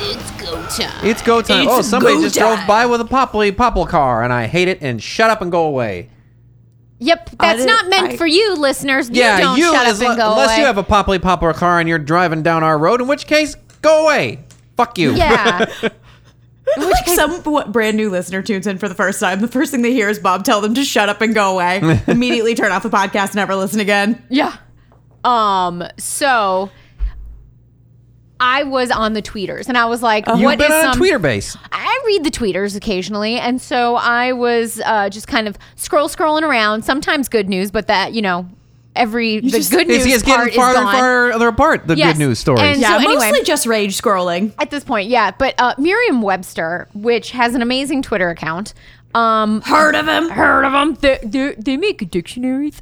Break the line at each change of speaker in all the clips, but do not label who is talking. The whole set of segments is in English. It's go time.
It's go time.
It's
oh, somebody
go
just
time.
drove by with a poply popple car, and I hate it. And shut up and go away.
Yep, that's
did-
not meant
I-
for you, listeners.
yeah,
you don't
you
shut
as
up and
lo-
go
unless
away.
you have a poply popple car and you're driving down our road, in which case, go away. Fuck you.
yeah,
Like some b- brand new listener tunes in for the first time. The first thing they hear is Bob tell them to shut up and go away. Immediately turn off the podcast, never listen again.
yeah. Um, so I was on the tweeters, and I was like,
You've
"What is
been on
some-
a tweeter base.
I read the tweeters occasionally, and so I was uh, just kind of scroll scrolling around. Sometimes good news, but that you know, every the
just-
good news
It's, it's
part
getting farther
is
and
gone.
farther apart. The
Yes,
good news stories.
and-
Yeah,
So anyway-
mostly just rage scrolling.
At this point, yeah. But uh, Merriam Webster, which has an amazing Twitter account, um,
Heard of him?
heard of them? They, they, Um, they make dictionaries.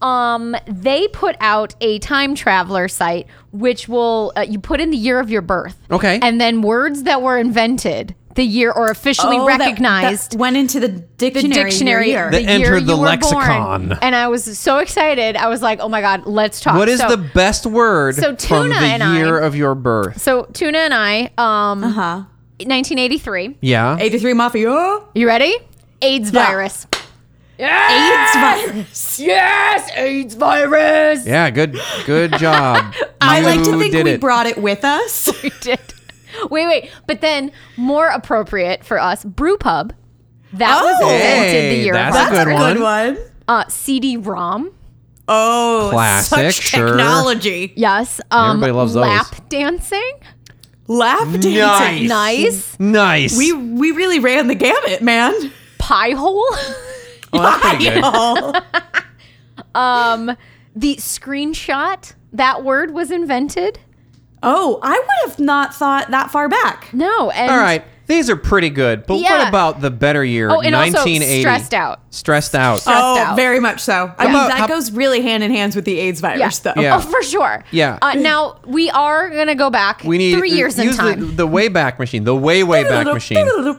Um, they put out a time traveler site, which will uh, you put in the year of your birth.
Okay.
and then words that were invented the year or officially
Oh, that-
recognized.
that went into the
the
dictionary.
dictionary,
year.
That
the year
entered the
you were
lexicon.
born. and I was so excited. I was like, "Oh my god, let's talk."
what is
So-
the best word
so
from
Tuna and
the
I-
year of your birth?
so Tuna and I, um,
huh?
1983.
Yeah.
83 Mafia.
You ready? AIDS virus.
AIDS virus.
Yes, AIDS virus.
Yeah. Good. Good job.
I
You
like to think
did
we
it.
brought it with us.
We did. Wait, wait. But then more appropriate for us, Brewpub. That was
Oh.
invented
Hey,
the year
that's
of
a
our
good
birth.
one.
Good one.
Uh, CD-ROM.
Oh,
Classic,
such
sure.
technology.
Yes. Um,
Everybody loves those.
lap dancing.
Lap dancing.
Nice.
Nice.
Nice.
We we really ran the gamut, man.
Pie hole.
Oh, that's pretty good.
Oh,
the screenshot. That word was invented.
oh, I would have not thought that far back.
No. And
All right. These are pretty good. But what
Yeah.
about the better year?
Oh, and also
1980?
stressed out.
Stressed out.
Stressed
oh,
out.
very much so. I mean,
about-
that
how-
goes really hand in hand with the AIDS
Yeah.
virus, though.
Yeah.
Oh, for sure.
Yeah.
Uh, now we are gonna go back
we need
three years in
use
time.
The, the way back machine, the way way back machine,
Oh,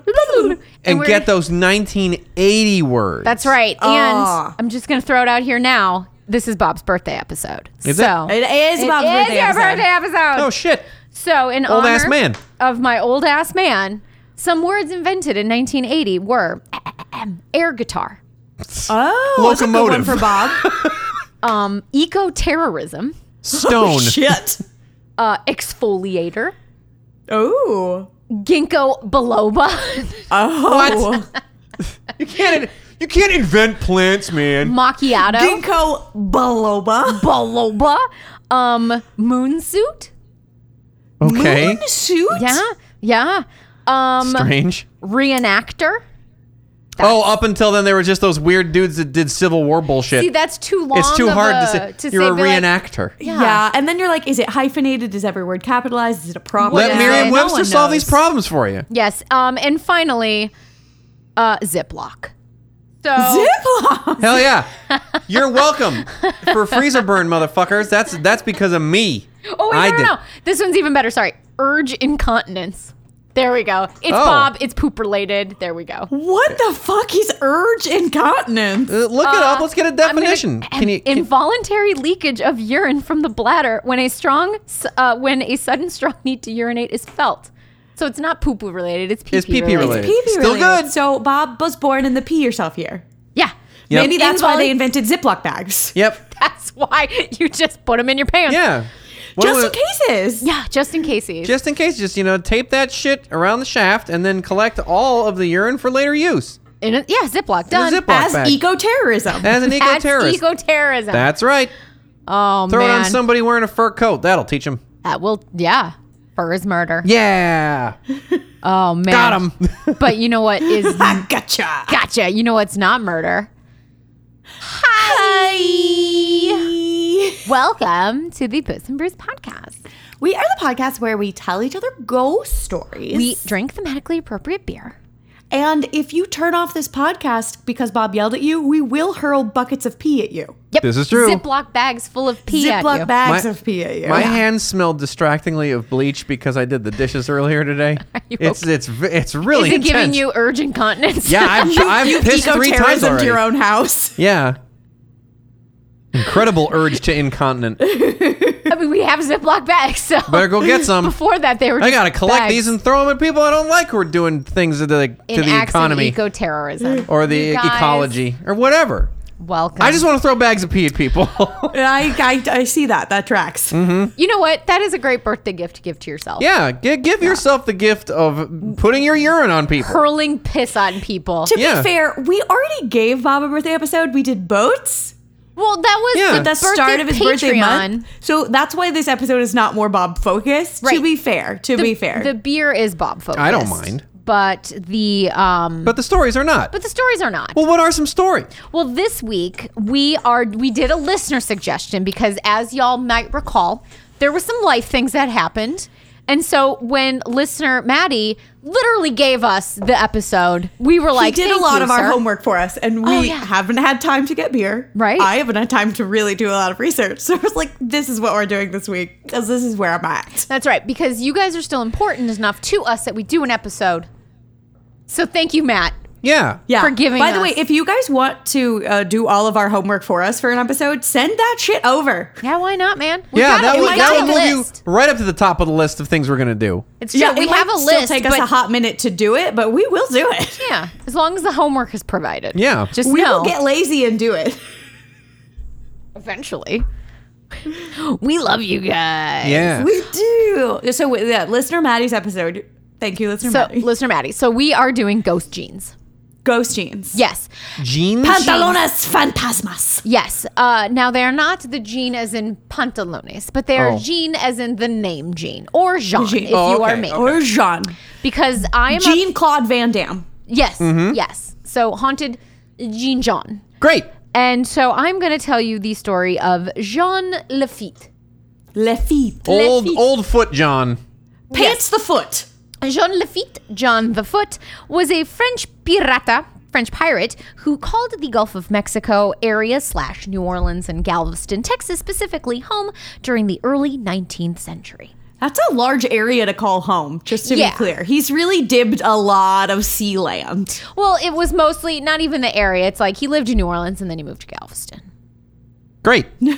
and
we're-
get those 1980 words.
That's right.
Ah.
And I'm just going to throw it out here now. This is Bob's birthday episode.
Is it?
so
It is Bob's
is
birthday
your
episode.
birthday episode.
Oh shit!
so in
Old
honor
ass man.
of my old ass man, some words invented in 1980 were air guitar,
Oh, that's a good
Locomotive.
one for Bob.
um, eco terrorism,
Stone.
Shit.
uh, exfoliator,
Oh.
ginkgo biloba,
Oh. What?
you can't. You can't invent plants, man.
macchiato,
Ginkgo biloba.
biloba, um, moonsuit.
Okay.
Moon suit.
Yeah, yeah. Um,
Strange.
reenactor.
Oh, up until then, there were just those weird dudes that did Civil War bullshit.
See, that's too long.
it's too
of
hard
a-
to
to
say. You're a
be like,
reenactor.
Yeah. and then you're like, is it hyphenated? Is every word capitalized? Is it a proper?
Let
Yeah.
noun?
Merriam
No
Webster
one
solve these
knows.
problems for you.
Yes. Um, and finally, uh, Ziploc. So
Ziploc.
Hell yeah! You're welcome for freezer burn, motherfuckers. That's that's because of me.
Oh wait,
I
no, no,
did.
no. This one's even better. Sorry, urge incontinence. There we go. It's
Oh.
Bob. It's poop related. There we go.
What the fuck is urge incontinence?
Uh, Look it up. Let's get a
I'm gonna-
definition. can you? can-
involuntary leakage of urine from the bladder when a strong, s- uh, when a sudden strong need to urinate is felt. So it's not poo poo related. It's pee
It's pee-pee related.
Pee pee
Still
related.
good.
So Bob was born in the pee yourself year.
Yeah.
Yep.
Maybe that's why
Involu-
they invented Ziploc bags.
yep.
That's why you just put them in your pants.
Yeah. What
Just
do
in
we-
cases.
Yeah, just in case. He's.
Just in case, just you know, tape that shit around the shaft and then collect all of the urine for later use
In a, yeah, Ziploc.
in a
Done.
Ziploc
As
bag.
eco terrorism.
as an
That's
eco-terrorist.
eco-terrorism.
That's right.
oh
Throw
man.
it on somebody wearing a fur coat. That'll teach them.
that will. Yeah. Fur is murder.
Yeah.
Oh man.
Got him.
but you know what is
I gotcha.
gotcha. You know what's not murder. Welcome to the Puss and Brews podcast.
We are the podcast where we tell each other ghost stories.
We drink thematically appropriate beer
And if you turn off this podcast because Bob yelled at you, we will hurl buckets of pee at you.
Yep.
This is true.
Ziploc bags full of pee at
Ziploc
you.
bags
My-
of pee at you.
My hands smelled distractingly of bleach because I did the dishes earlier today.
you
It's it's v- it's really
is it
intense.
giving you urge incontinence?
Yeah, I've, I've pissed three times
Eco-terrorism
already.
to your own house.
Yeah. Incredible urge to incontinent.
I mean, we have Ziploc bags, so
Better go get some.
Before that, they were.
I
just
gotta collect
bags.
these and throw them at people I don't like who are doing things to the to
in
the
acts of
economy
eco-terrorism,
or the
You guys,
ecology or whatever.
Welcome.
I just want to throw bags of pee at E people.
And I, I, I see that. That tracks.
Mm-hmm.
you know what? That is a great birthday gift to give to yourself.
yeah, give, give yourself the gift of putting your urine on people.
hurling piss on people.
To
Yeah.
be fair, we already gave Bob a birthday episode. We did boats.
Well, that was
Yeah.
the
at the
birthday
start of his birthday
Patreon.
month. So that's why this episode is not more Bob focused. To
Right.
be fair, to
The,
be fair,
the beer is Bob focused.
I don't mind.
but the um, but,
But the stories are not.
the stories are not.
well, what are some stories?
Well, this week we are we did a listener suggestion because as y'all might recall, there were some life things that happened. And so when listener Maddie literally gave us the episode, we were
he
like,
did a
"Thank
lot
you,
of our
sir."
homework for us, and we
Oh, yeah.
haven't had time to get beer.
Right.
I haven't had time to really do a lot of research. So I was like, this is what we're doing this week because this is where I'm at.
That's right, because you guys are still important enough to us that we do an episode. So thank you, Matt.
Yeah.
Yeah.
For giving
By the
us-
way, if you guys want to uh, do all of our homework for us for an episode, send that shit over.
Yeah, why not, man? We got
Yeah, that
a,
would,
we
that
got
would
a
move
list.
you right up to the top of the list of things we're going to do.
It's true. we
it might
have a
still
list.
Take us
but
a hot minute to do it, but we will do it.
yeah, as long as the homework is provided.
Yeah.
just
We
know
will get lazy and do it.
eventually. we love you guys.
Yeah.
We do. So yeah, listener Maddie's episode. Thank you, listener
So,
Maddie.
listener Maddie, so we are doing ghost jeans.
Ghost jeans.
Yes,
Jeans?
Pantalones fantasmas.
yes. Uh, now they are not the jean as in pantalones, but they are
Oh.
jean as in the name Jean or Jean,
Jean.
if
Oh,
you are
okay,
me.
Or Jean.
Because I am a,
Jean Claude Van Damme.
yes,
Mm-hmm.
yes. So haunted Jean Jean,
Great.
and so I'm going to tell you the story of Jean Lafitte.
Lafitte.
Oh,
Old
feet.
old foot John.
Pants the foot.
Jean Lafitte, John the Foot, was a French pirata, French pirate, who called the Gulf of Mexico area slash New Orleans and Galveston, Texas, specifically home during the early 19th century.
That's a large area to call home, just to
Yeah.
be clear. He's really dibbed a lot of sea land.
Well, it was mostly not even the area. It's like he lived in New Orleans and then he moved to Galveston.
Great. And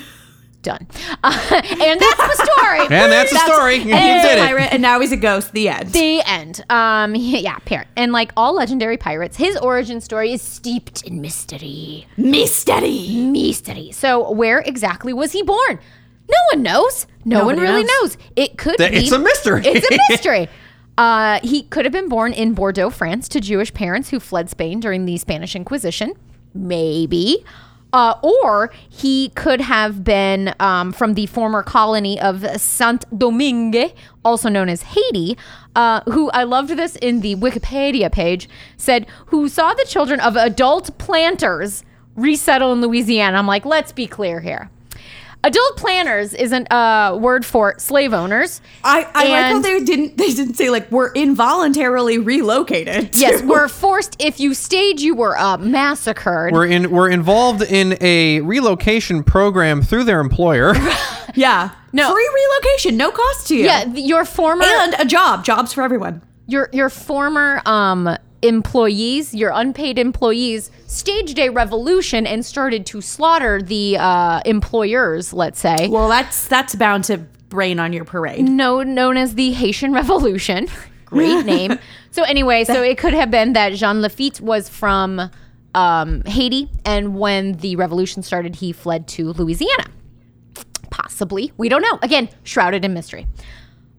Done. Uh, and that's the story.
that's the story. You
Oh,
did it.
Pirate, and now he's a ghost. The end.
The end. Um, yeah, parent. And like all legendary pirates, his origin story is steeped in mystery.
Mystery.
mystery. So, where exactly was he born? No one knows. No
Nobody
one really knows.
knows.
It could
That-
be.
it's a mystery.
It's a mystery. Uh, he could have been born in Bordeaux, France, to Jewish parents who fled Spain during the Spanish Inquisition. Maybe. Uh, or he could have been um, from the former colony of Saint Domingue, also known as Haiti, uh, who I loved this in the Wikipedia page, said, who saw the children of adult planters resettle in Louisiana. I'm like, let's be clear here. Adult planters is a uh, word for slave owners.
I, I like how
And-
they didn't they didn't say like we're involuntarily relocated.
Yes, we're forced. If you stayed, you were uh, massacred.
We're in we're involved in a relocation program through their employer.
Yeah.
No.
Free relocation, no cost to you.
yeah, th- your former
And a job. Jobs for everyone.
your your former um, employees, your unpaid employees, staged a revolution and started to slaughter the uh, employers. Let's say
Well, that's that's bound to rain on your parade.
no, known as the Haitian Revolution. Great name. So anyway, so it could have been that Jean Lafitte was from um, Haiti, and when the revolution started, he fled to Louisiana. Possibly, we don't know. Again, shrouded in mystery.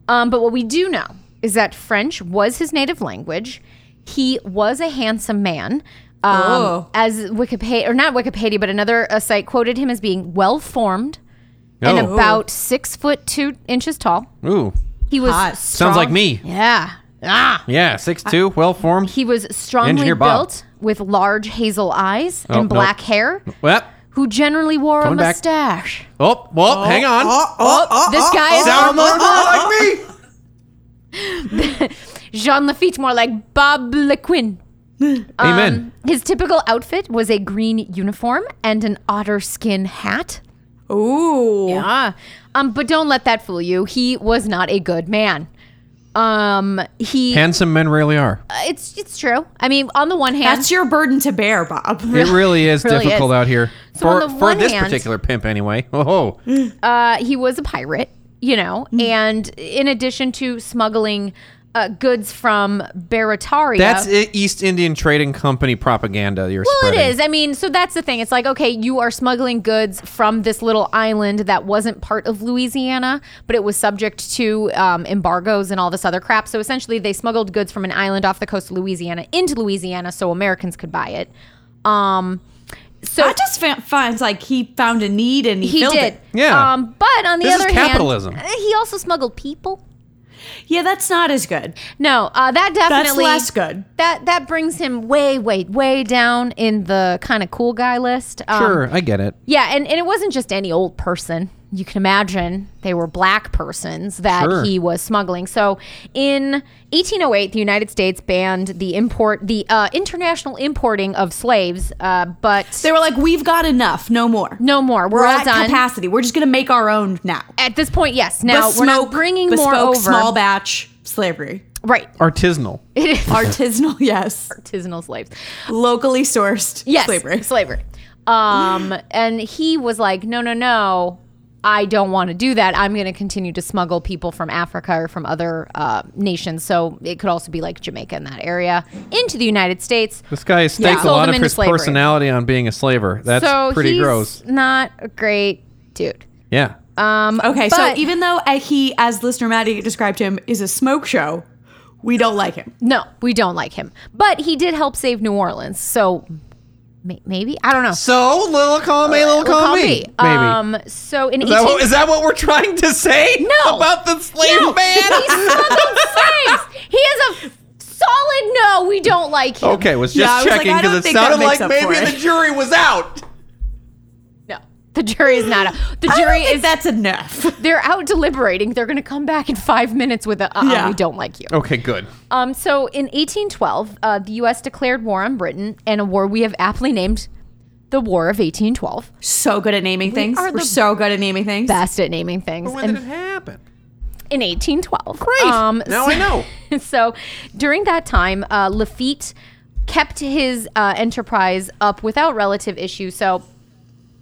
Um, but what we do know is that French was his native language. He was a handsome man. Um,
Oh.
As Wikipedia, or not Wikipedia, but another uh, site quoted him as being well formed and
Oh.
about six foot two inches tall.
Ooh.
He was
Hot.
Sounds
strong-
like me.
Yeah. Ah.
Yeah, six two, well formed.
He was strongly
Engineer Bob.
built with large hazel eyes
Oh,
and
nope.
black hair.
Well,
Who generally wore
Going
a
back.
mustache?
oh, well, hang on.
oh, this guy is
oh.
Sound more like me.
Jean Lafitte, more like Bob Le Quin.
Amen.
His typical outfit was a green uniform and an otter skin hat.
Ooh.
Ah, um, but don't let that fool you. He was not a good man. Um, he.
Handsome men really are.
it's it's true. I mean, on the one hand,
That's your burden to bear, Bob.
It really is
Really
difficult
is.
out here
So on
for,
the
for
one
this
hand-
particular pimp, anyway. Oh, oh.
uh, he was a pirate, you know,
Hmm.
and in addition to smuggling uh, goods from Barataria,
that's i East Indian Trading Company propaganda. You're
Well,
spreading.
it is. I mean, so that's the thing. It's like, okay, you are smuggling goods from this little island that wasn't part of Louisiana, but it was subject to um, embargoes and all this other crap. So essentially, they smuggled goods from an island off the coast of Louisiana into Louisiana so Americans could buy it. Um, so
I just fa- finds like he found a need and he,
he
filled
did.
it.
Yeah.
Um, but on the
This is
other
capitalism.
hand, eh, he also smuggled people.
Yeah, that's not as good.
No, uh, that definitely
less good.
That that brings him way, way, way down in the kind of cool guy list. Um,
Sure, I get it.
Yeah, and, and it wasn't just any old person. You can imagine they were black persons that
Sure.
he was smuggling. So in 1808, the United States banned the import, the uh, international importing of slaves, uh, but
They were like, we've got enough, no more.
no more. We're,
we're
all
at
done.
capacity. We're just gonna make our own now.
At this point, yes. Now
Bespoke-
we're not bringing more
bespoke,
over.
small batch slavery,
right.
Artisanal.
It is
artisanal, yes,
artisanal slaves.
locally sourced
Yes.
slavery.
Slavery. Um, and he was like, no, no, no. I don't want to do that. I'm going to continue to smuggle people from Africa or from other uh, nations. So it could also be like Jamaica in that area into the United States.
This guy staked a
Sold
lot
him
of
into
his
slavery.
personality on being a slaver. That's
so
pretty
he's
gross.
Not a great dude.
Yeah.
um,
Okay,
But-
so even though uh, he, as listener Maddie described him, is a smoke show, we don't like him.
No, we don't like him. But he did help save New Orleans. So may- maybe I don't know.
so little call me, little
Well,
call,
uh, call
me.
me.
Maybe.
Um, so in
is, that
18-
what, is that what we're trying to say?
No.
About the slave
No,
man?
He smuggled slaves. He is a solid no. We don't like him.
Okay, was
Yeah, I was
just
like,
checking
I don't
because it
think that
sounded
makes
like
up
maybe
for it.
the jury was out.
No. The jury is not out. The
I don't
jury
think
is.
that's enough.
They're out deliberating. They're going to come back in five minutes with a. Uh,
Yeah.
We don't like you.
Okay, good.
Um. So in 1812, uh, the U.S. declared war on Britain, and a war we have aptly named the War of 1812.
So good at naming things.
are
We're
the
so good at naming things.
Best at naming things.
When
And
did it happen?
in Um, 1812. Great.
Now I know.
So during that time, uh, Lafitte kept his uh, enterprise up without relative issue. So,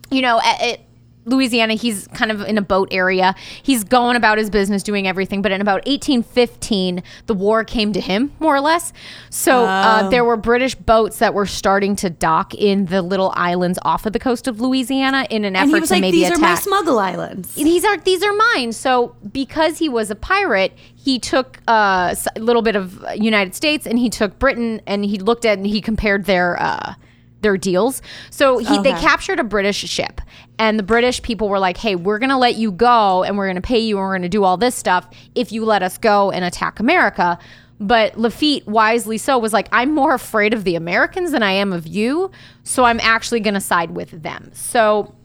you know, at, at Louisiana, he's kind of in a boat area. He's going about his business, doing everything. But in about 1815, the war came to him, more or less. So
Oh.
uh, there were British boats that were starting to dock in the little islands off of the coast of Louisiana in an
and
effort
he was
to
like,
maybe
these
attack
are my smuggle islands.
these are these are mine. So because he was a pirate, he took uh, s- a little bit of uh, United States and he took Britain and he looked at and he compared their uh, their deals. So he they
Okay.
captured a British ship and the British people were like, "Hey, we're gonna let you go and we're gonna pay you and we're gonna do all this stuff if you let us go and attack America." But Lafitte, wisely so, was like, I'm more afraid of the Americans than I am of you, so I'm actually going to side with them. So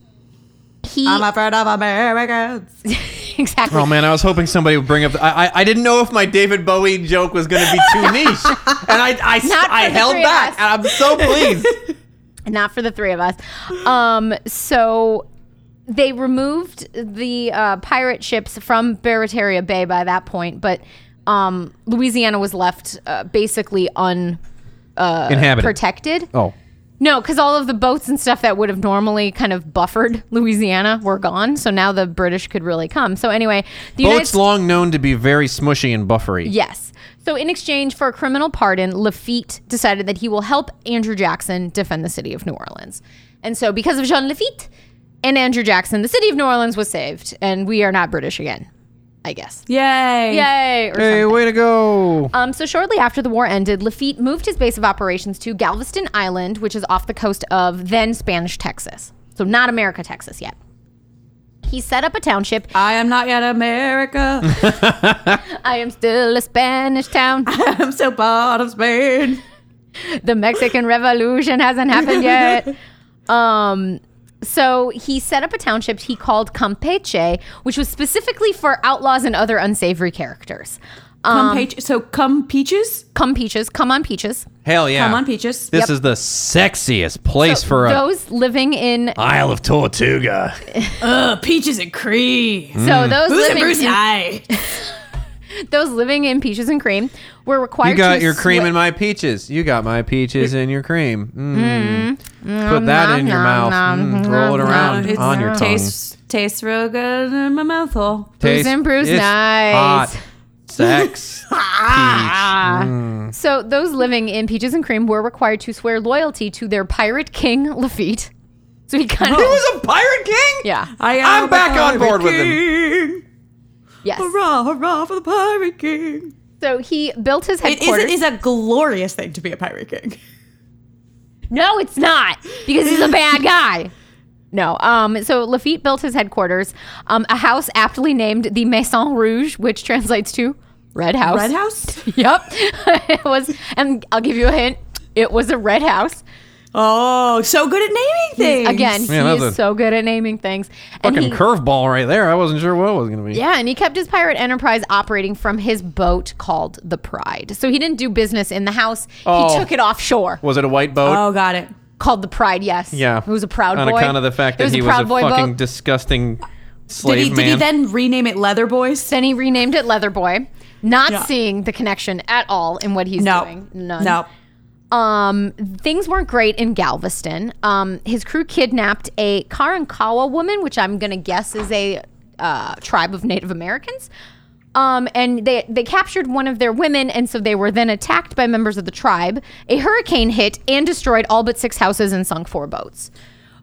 he
I'm afraid of Americans.
exactly.
Oh man, I was hoping somebody would bring up. The, I, I I didn't know if my David Bowie joke was going to be too niche, and I I,
Not for
I
the
held
three of
back.
us.
And I'm so pleased.
not for the three of us. Um, so they removed the uh, pirate ships from Barataria Bay by that point, but um, Louisiana was left uh, basically Uh,
Inhabited.
unprotected.
Oh,
No, because all of the boats and stuff that would have normally kind of buffered Louisiana were gone. So now the British could really come. So anyway, the
boats long known to be very smushy and buffery.
Yes. So, in exchange for a criminal pardon, Lafitte decided that he will help Andrew Jackson defend the city of New Orleans. And so, because of Jean Lafitte and Andrew Jackson, the city of New Orleans was saved, and we are not British again, I guess.
Yay.
Yay! or
Hey,
something.
way to go!
Um, so shortly after the war ended, Lafitte moved his base of operations to Galveston Island, which is off the coast of then Spanish Texas. So not America, Texas yet. He set up a township.
I am not yet America.
I am still a Spanish town.
I'm so proud of Spain.
the Mexican Revolution hasn't happened yet. Um, So he set up a township he called Campeche, which was specifically for outlaws and other unsavory characters.
Come peach. So come peaches.
Come peaches, come on peaches.
Hell yeah.
Come on peaches.
This is the sexiest place
So
for a
those living in
Isle of Tortuga.
Ugh, peaches and
Mm.
cream.
so those
Who's in
living
Bruce
in-
I?
those living in peaches and cream were required.
You got
to
your cream
swi-
and my peaches. You got my peaches and your cream. Mm. Put that
nom,
in your
nom,
mouth.
nom,
Mm, Roll it
nom,
around
it's
on your tongue.
tastes tastes real good in my mouth oh. hole.
Taste-
Booze and brews,
it's
nice.
Hot. Sex. peach.
So those living in peaches and cream were required to swear loyalty to their pirate king Lafitte. So he kind of
He was a pirate king?
yeah
I am
I'm back on board with him.
him.
yes.
Hurrah, hurrah for the pirate king.
So he built his
It is,
headquarters.
it is a glorious thing to be a pirate king.
No, it's not because he's a bad guy. No. Um, so Lafitte built his headquarters, um, a house aptly named the Maison Rouge, which translates to Red House.
Red House?
Yep. it was, and I'll give you a hint. It was a red house.
Oh, so good at naming things.
Again, he
Man, that's
is
a-
so good at naming things. And
Fucking
he-
curveball right there. I wasn't sure what it was going to be.
Yeah, and he kept his pirate enterprise operating from his boat called the Pride. So he didn't do business in the house.
Oh.
He took it offshore.
Was it a white boat?
Oh, got it.
Called the Pride, yes.
yeah.
It was a proud
On
boy.
account of the fact
It
that he was
Proud
a
Boy
fucking
boat.
disgusting
Did
slave
he,
man.
did he then rename it Leather Boys?
Then he renamed it Leather Boy, not
Yeah.
seeing the connection at all in what he's
No.
doing. None.
No.
Um, things weren't great in Galveston. Um, his crew kidnapped a Karankawa woman, which I'm going to guess is a uh, tribe of Native Americans. Um, and they, they captured one of their women, and so they were then attacked by members of the tribe. A hurricane hit and destroyed all but six houses and sunk four boats.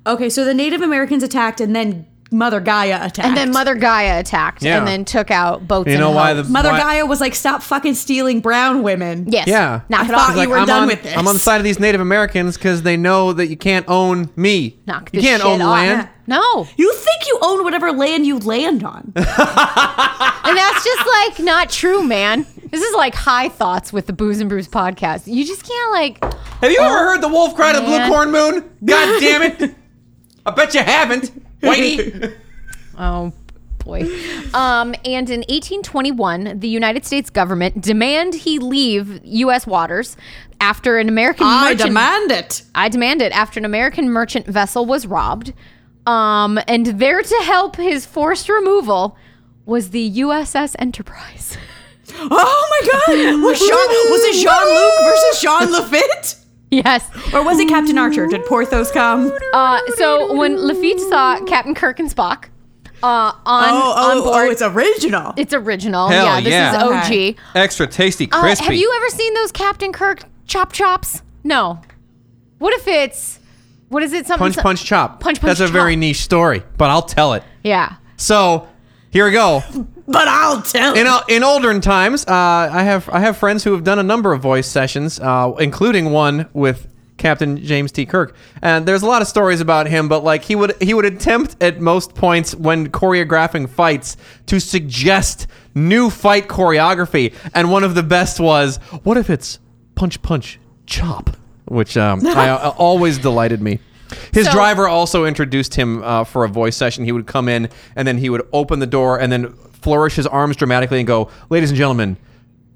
Okay, so the Native Americans attacked and then Mother Gaia attacked.
And then Mother Gaia attacked
Yeah.
and then took out boats.
You
and
know why the
homes.
Mother
why-
Gaia was like, stop fucking stealing brown women.
Yes.
Yeah.
Knock
I
it off.
thought you
Like,
were
I'm
done
on,
with this.
I'm on the side of these Native Americans because they know that you can't own me.
Knock
you
this
can't
shit
own
off.
land.
No.
You think you own whatever land you land on.
And that's just like not true, man. This is like high thoughts with the Booze and Brews podcast. You just can't like
Have you ever heard the wolf cry to the blue
man.
corn moon? God damn it! I bet you haven't, Whitey.
oh boy. Um, and in 1821, the United States government demand he leave U.S. waters after an American
I
merchant.
demand it.
I demand it after an American merchant vessel was robbed. Um, and there to help his forced removal was the USS Enterprise.
Oh my god! Was, Jean, was it Jean Luc versus Jean Lafitte?
yes.
Or was it Captain Archer? Did Porthos come?
Uh, so when Lafitte saw Captain Kirk and Spock uh, on
oh, oh,
on board,
oh, it's original.
It's original.
Hell
yeah, this
yeah.
is OG.
Okay.
Extra tasty,
Uh,
crispy.
have you ever seen those Captain Kirk chop chops? No. What if it's what is it? Something
punch, punch, chop.
Punch, punch,
That's a very
chop.
niche story, but I'll tell it.
Yeah.
So here we go.
but I'll tell
in
you.
in older times, uh, I have I have friends who have done a number of voice sessions, uh, including one with Captain James T. Kirk. And there's a lot of stories about him, but like he would he would attempt at most points when choreographing fights to suggest new fight choreography. And one of the best was, what if it's punch punch chop, which um, I, I- always delighted me. His
So-
driver also introduced him uh, for a voice session. He would come in and then he would open the door and then flourish his arms dramatically and go, "Ladies and gentlemen,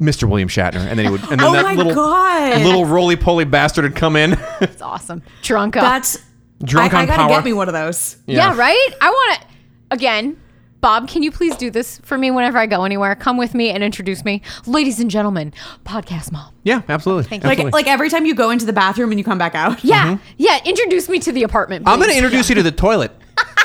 Mr. William Shatner." And then he would, and then
Oh my
that little
God.
little roly poly bastard would come in,
It's awesome. Drunk up.
That's
drunk
I, I
on
gotta
power.
get me one of those.
yeah.
yeah.
right? I wanna again, Bob, can you please do this for me whenever I go anywhere? Come with me and introduce me. Ladies and gentlemen, podcast mom.
yeah, absolutely.
Like,
Absolutely.
like every time you go into the bathroom and you come back out.
Yeah. Yeah. Introduce me to the apartment.
Mm-hmm. I'm going to
please.
introduce you to the toilet.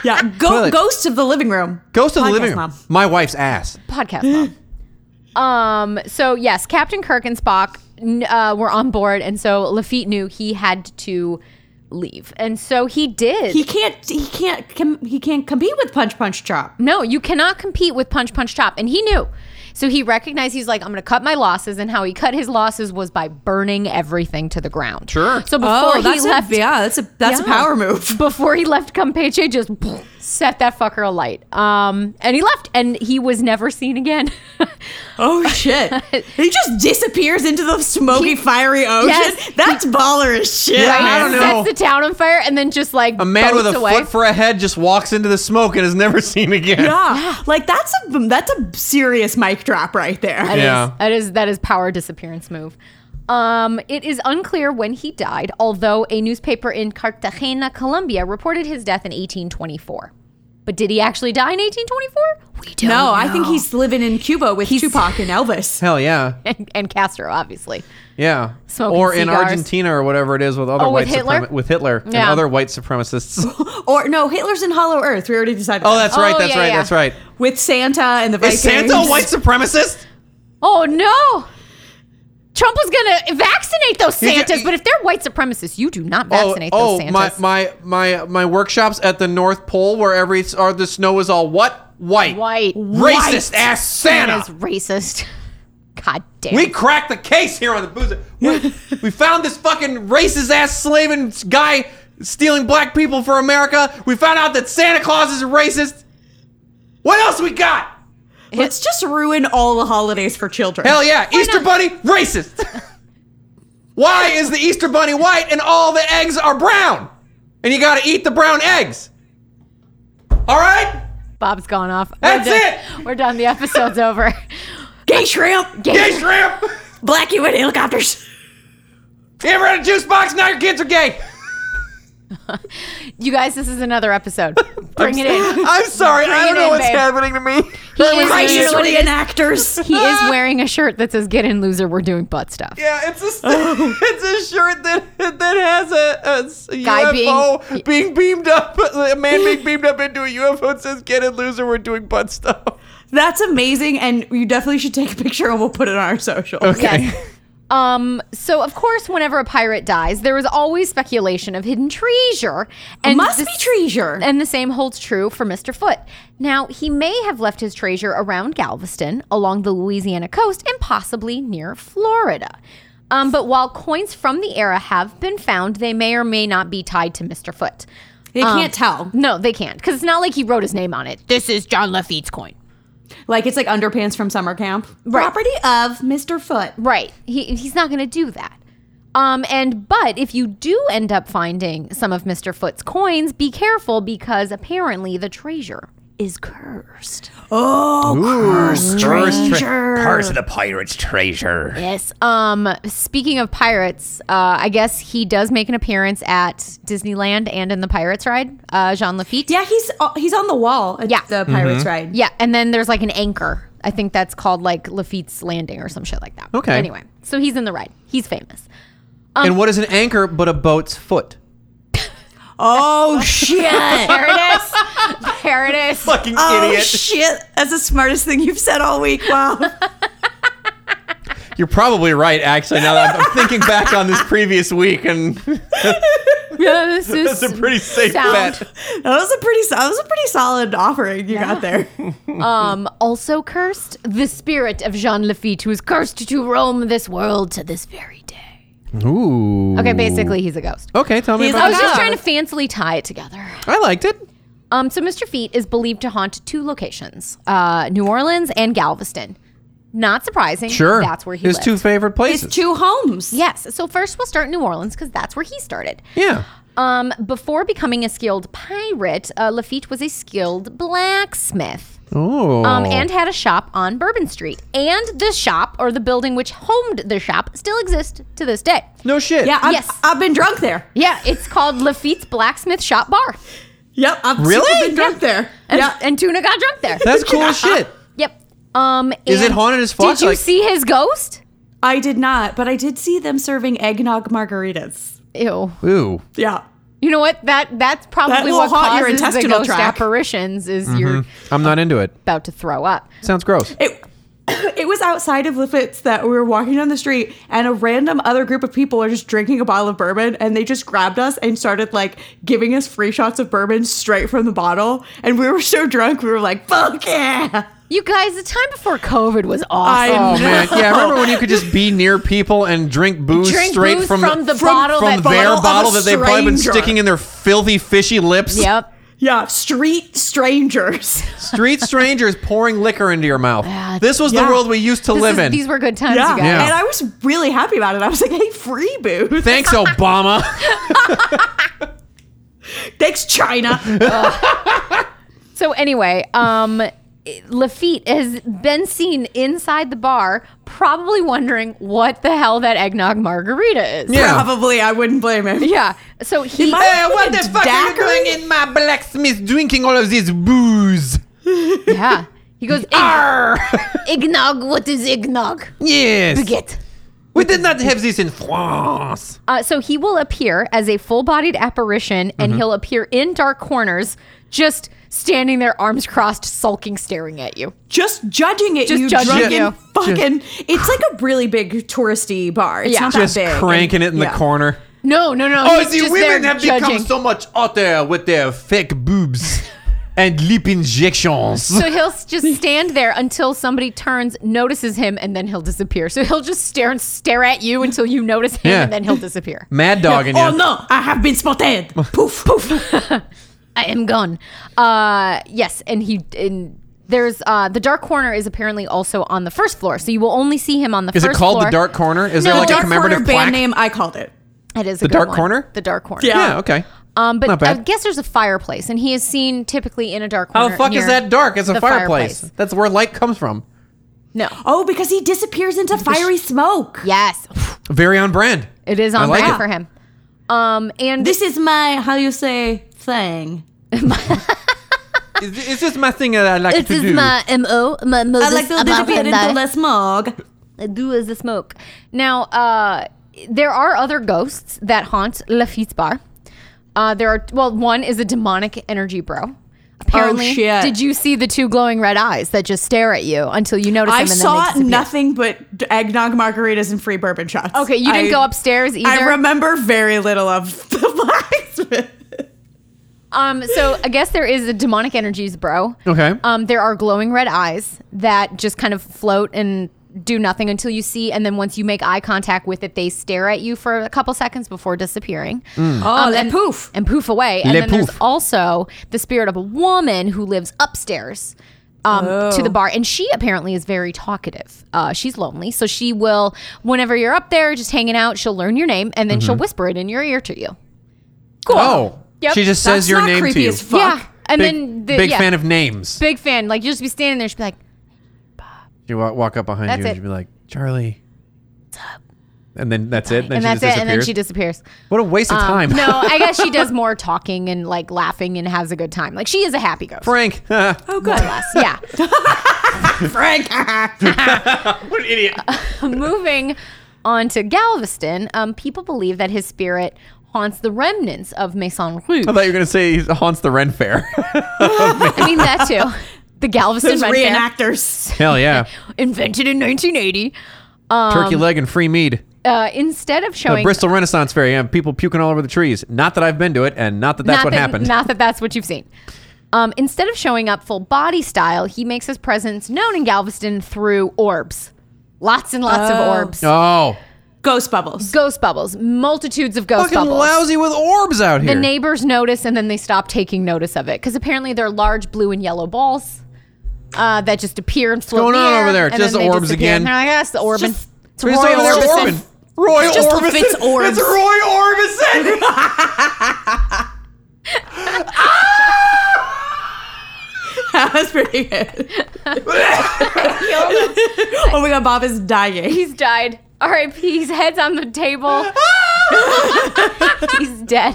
yeah. Go,
Toilet.
ghost of the living room.
Ghost of the
Podcast
living room.
mom.
My wife's ass.
podcast mom. um. So yes, Captain Kirk and Spock n- uh, were on board, and so Lafitte knew he had to leave, and so he did.
He can't. He can't. Com, he can't compete with Punch Punch Chop.
no, you cannot compete with Punch Punch Chop, and he knew. So he recognized he's like, I'm going to cut my losses. And how he cut his losses was by burning everything to the ground.
Sure.
So before
Oh,
he
that's
left,
a, yeah, that's a that's a
Yeah.
power move.
before he left Campeche, just set that fucker alight. Um, and he left, and he was never seen again.
Oh shit! he just disappears into the smoky, fiery ocean.
Yes.
that's baller as shit.
I
man.
don't know.
Sets the town on fire, and then just like
A man with
boats
a
away.
foot for a head just walks into the smoke and is never seen again.
Yeah. like that's a that's a serious mic drop right there.
That is-
Yeah.
that is that is power disappearance move. Um, it is unclear when he died, although a newspaper in Cartagena, Colombia, reported his death in 1824. But did he actually die in 1824? We don't.
No,
know.
I think he's living in Cuba with
He's-
Tupac and Elvis.
Hell yeah.
and, and Castro, obviously.
Yeah.
Smoking
or in
cigars.
Argentina or whatever it is with other
Oh,
white
with Hitler?
suprema- with Hitler and
Yeah.
other white supremacists.
Or no, Hitler's in Hollow Earth. We already decided.
Oh,
that.
that's right.
Oh,
That's
yeah,
right.
yeah.
That's right.
with Santa and the Vikings.
Is Santa a white supremacist?
Oh no! Trump was gonna vaccinate those
He's-
Santas, but if they're white supremacists, you do not
Oh,
vaccinate
oh
those Santas.
my, my my my workshops at the North Pole where every or the snow is all what white
White.
racist ass Santa.
Santa's racist. God damn.
We cracked the case here on the booze. We, we found this fucking racist ass slaving guy stealing black people for America. We found out that Santa Claus is racist. What else we got?
Let's just ruin all the holidays for children.
Hell yeah, Easter Bunny racist. why is the Easter Bunny white and all the eggs are brown? And you gotta eat the brown eggs. All right,
Bob's gone off.
That's
we're done.
it!
We're done. The episode's over.
Gay shrimp,
Gay-
gay,
gay shrimp.
black you in helicopters.
You ever had a juice box? Now your kids are gay.
You guys, this is another episode. Bring it in.
I'm sorry, I don't
it
know
in,
what's
babe.
happening to me.
He is,
Christ
literally-
reenactors.
he is wearing a shirt that says "Get in, loser. We're doing butt stuff."
Yeah, it's a it's a shirt that that has a, a s-
Guy
UFO being, beamed up, a man being beamed up into a UFO. It says, "Get it, loser. We're doing butt stuff."
That's amazing, and you definitely should take a picture and we'll put it on our social.
Yes. Um, so of course, whenever a pirate dies, there is always speculation of hidden treasure. And
Must be treasure.
And the same holds true for Mr. Foot. Now, he may have left his treasure around Galveston, along the Louisiana coast, and possibly near Florida. Um, but while coins from the era have been found, they may or may not be tied to Mr. Foot.
They can't tell.
No, they can't, because it's not like he wrote his name on it.
This is John Lafitte's coin.
Like it's like underpants from summer camp. Property of Mr. Foot.
Right. He, he's not going to do that. Um, and but if you do end up finding some of Mr. Foot's coins, be careful because apparently the treasure is cursed.
Curse of the pirate's treasure.
Yes. Um, speaking of pirates, uh, I guess he does make an appearance at Disneyland and in the Pirates ride. Uh, Jean Lafitte.
Yeah, he's uh, he's on the wall at
Yeah.
the Pirates
Mm-hmm.
Ride.
Yeah, and then there's like an anchor. I think that's called like Lafitte's Landing or some shit like that.
Okay.
Anyway, so he's in the ride. He's famous.
and what is an anchor but a boat's foot?
Oh shit!
There it is. there it is.
Fucking
Oh
idiot!
shit! That's the smartest thing you've said all week. Wow.
You're probably right, actually. Now that I'm, I'm thinking back on this previous week, and
Yes, it's-
that's a pretty safe
Sound.
bet.
That was a pretty. That was a pretty solid offering you got there.
Um, also cursed, the spirit of Jean Lafitte, who is cursed to roam this world to this very day.
Ooh.
Okay, basically, he's a ghost.
Okay, tell me
He's
I
about
was
it.
just trying to fancily tie it together.
I liked it.
Um, so Mr. Feet is believed to haunt two locations: uh, New Orleans and Galveston. Not surprising.
Sure,
that's where he
his
lived.
two favorite places.
It's two homes.
yes. So first, we'll start in New Orleans because that's where he started.
yeah.
Um, before becoming a skilled pirate, uh, Lafitte was a skilled blacksmith.
Oh.
um, and had a shop on Bourbon Street. And the shop, or the building which homed the shop, still exists to this day.
no shit.
Yeah. I've,
Yes.
I've been drunk there.
Yeah, it's called Lafitte's Blacksmith Shop Bar.
Yep. I've
Really?
super been drunk there.
And,
yeah.
and Tuna got drunk there.
That's cool as shit.
yep. Um,
Is it
and
haunted as fuck?
Did you
Like-
see his ghost?
I did not, but I did see them serving eggnog margaritas.
Ew.
Ooh.
Yeah.
You know what? That that's probably
will
what
haunt
causes
your
the
intestinal
ghost
tract.
apparitions. Is
Mm-hmm.
you're
I'm not into it.
about to throw up.
Sounds gross.
It. It was outside of Lafitte's that we were walking down the street, and a random other group of people are just drinking a bottle of bourbon, and they just grabbed us and started like giving us free shots of bourbon straight from the bottle, and we were so drunk we were like, "Fuck yeah!"
You guys, the time before COVID was
I
awesome.
Oh
know.
man, yeah. Remember when you could just be near people and drink booze
Drink
straight
booze
from,
from the bottle
from
that-
their
bottle of a
bottle that they've probably been
stranger.
sticking in their filthy fishy lips?
Yep.
Yeah, street strangers.
Street strangers pouring liquor into your mouth.
Yeah.
This was the
Yeah.
world we used to
This
live
is-
in.
these were good times,
Yeah.
you guys.
Yeah.
and I was really happy about it. I was like, "Hey, free booze!
Thanks, Obama.
Thanks, China."
So anyway, um, Lafitte has been seen inside the bar, probably wondering what the hell that eggnog margarita is.
yeah.
Probably, I wouldn't blame him.
Yeah. So he.
Hey, what the fuck are you doing
in my blacksmith drinking all of this booze?
yeah. He goes. Egg- eggnog. What is eggnog?
Yes.
Get.
We did not have this in France.
Uh, so he will appear as a full-bodied apparition, and he'll appear in dark corners, just standing there, arms crossed, sulking, staring at you.
Just judging it,
Just
you
judging
drunken
you.
fucking. it's like a really big touristy bar. It's
Yeah.
not
Just
that big.
cranking it in the
Yeah.
corner.
No, no,
Oh,
no. he's just there judging.
much out there with their fake boobs and lip injections.
So he'll s- just stand there until somebody turns, notices him, and then he'll disappear. So he'll just stare and stare at you until you notice him,
Yeah.
and then he'll disappear.
Mad dogging
Oh
you.
no, I have been spotted. poof, poof.
I am gone. Uh, yes, and he and there's uh, the dark corner is apparently also on the first floor, so you will only see him on the
Is it
first
called
floor.
the dark corner? Is
No.
there like
The
Dark
a
Corner
commemorative
band
plaque?
name. I called it.
It is a
The
good
dark
one.
corner?
The dark corner.
Yeah.
Yeah, okay.
Um, but
Not
I
bad.
guess there's a fireplace, and he is seen typically in a dark corner.
How the fuck is
near
that dark? It's a
the
fireplace. That's where light comes from.
No.
Oh, because he disappears into fiery smoke.
Yes,
Very on brand.
it is
I
on
like
brand
it.
for him. Um, and
This is my how you say thing.
It's, it's just my thing that I like
It
to
is
do.
my mo. My
I like to disappear into the smoke.
do as the smoke. Now, uh, there are other ghosts that haunt Lafitte's bar. Uh, there are well, one is a demonic energy bro. Apparently,
Oh, shit.
did you see the two glowing red eyes that just stare at you until you notice
I
them? And
saw
then they disappear?
nothing but eggnog margaritas and free bourbon shots.
Okay, you didn't
I-
go upstairs either.
I remember very little of the blacksmith.
Um, so I guess there is a demonic energies, bro.
Okay.
Um, there are glowing red eyes that just kind of float and do nothing until you see, and then once you make eye contact with it, they stare at you for a couple seconds before disappearing. Um,
Oh,
and poof and poof away. And
Mm. Le
then there's
poof.
also the spirit of a woman who lives upstairs. Um, To the bar, and she apparently is very talkative. Uh, she's lonely, so she will, whenever you're up there just hanging out, she'll learn your name and then she'll
Mm-hmm.
whisper it in your ear to you. Cool.
Oh.
Yep.
She just says
That's
your
not
name to
creepy
you.
as fuck.
Yeah, and
big
then the,
big
yeah,
fan of names.
big fan. Like you'll just be standing there, she'll be like,
You wa- walk up behind
That's
you
it.
and you'd be like, Charlie. And then that's it. Then
and
she
that's
just
it, and then
disappears.
she disappears.
What a waste of
Um,
time.
no, I guess she does more talking and like laughing and has a good time. Like she is a happy ghost.
Frank.
Oh, good.
yeah.
Frank.
what an idiot.
Moving on to Galveston, um, people believe that his spirit haunts the remnants of Maison Rouge.
I thought you were going to say he haunts the Ren Fair.
I mean that too. The Galveston
Those
Ren Fair,
reenactors.
Hell yeah.
invented in 1980. Um,
Turkey leg and free mead.
Uh, instead of
The
showing
Bristol Renaissance Fair. Yeah, people puking all over the trees. Not that I've been to it, and not that that's
not
what
that,
happened.
Not that that's what you've seen. Um, instead of showing up full body style, he makes his presence known in Galveston through orbs. Lots and lots
Oh.
of orbs.
oh.
Ghost bubbles.
Ghost bubbles. Multitudes of ghost
Fucking
bubbles.
lousy with orbs out here.
the neighbors notice and then they stop taking notice of it because apparently they're large blue and yellow balls uh, that just appear and float
going
in the
on
air,
over there?
and
Just
then they
orbs
disappear, and
again.
they're like, yes, the orbin.
just-
it's
He's
Roy
over there
Orbison.
orbing. Roy
Just the
Orbison.
Fitz orbs.
It's Roy Orbison.
That was pretty good. oh my god, Bob is dying.
He's died. R.I.P. His head's on the table. He's dead.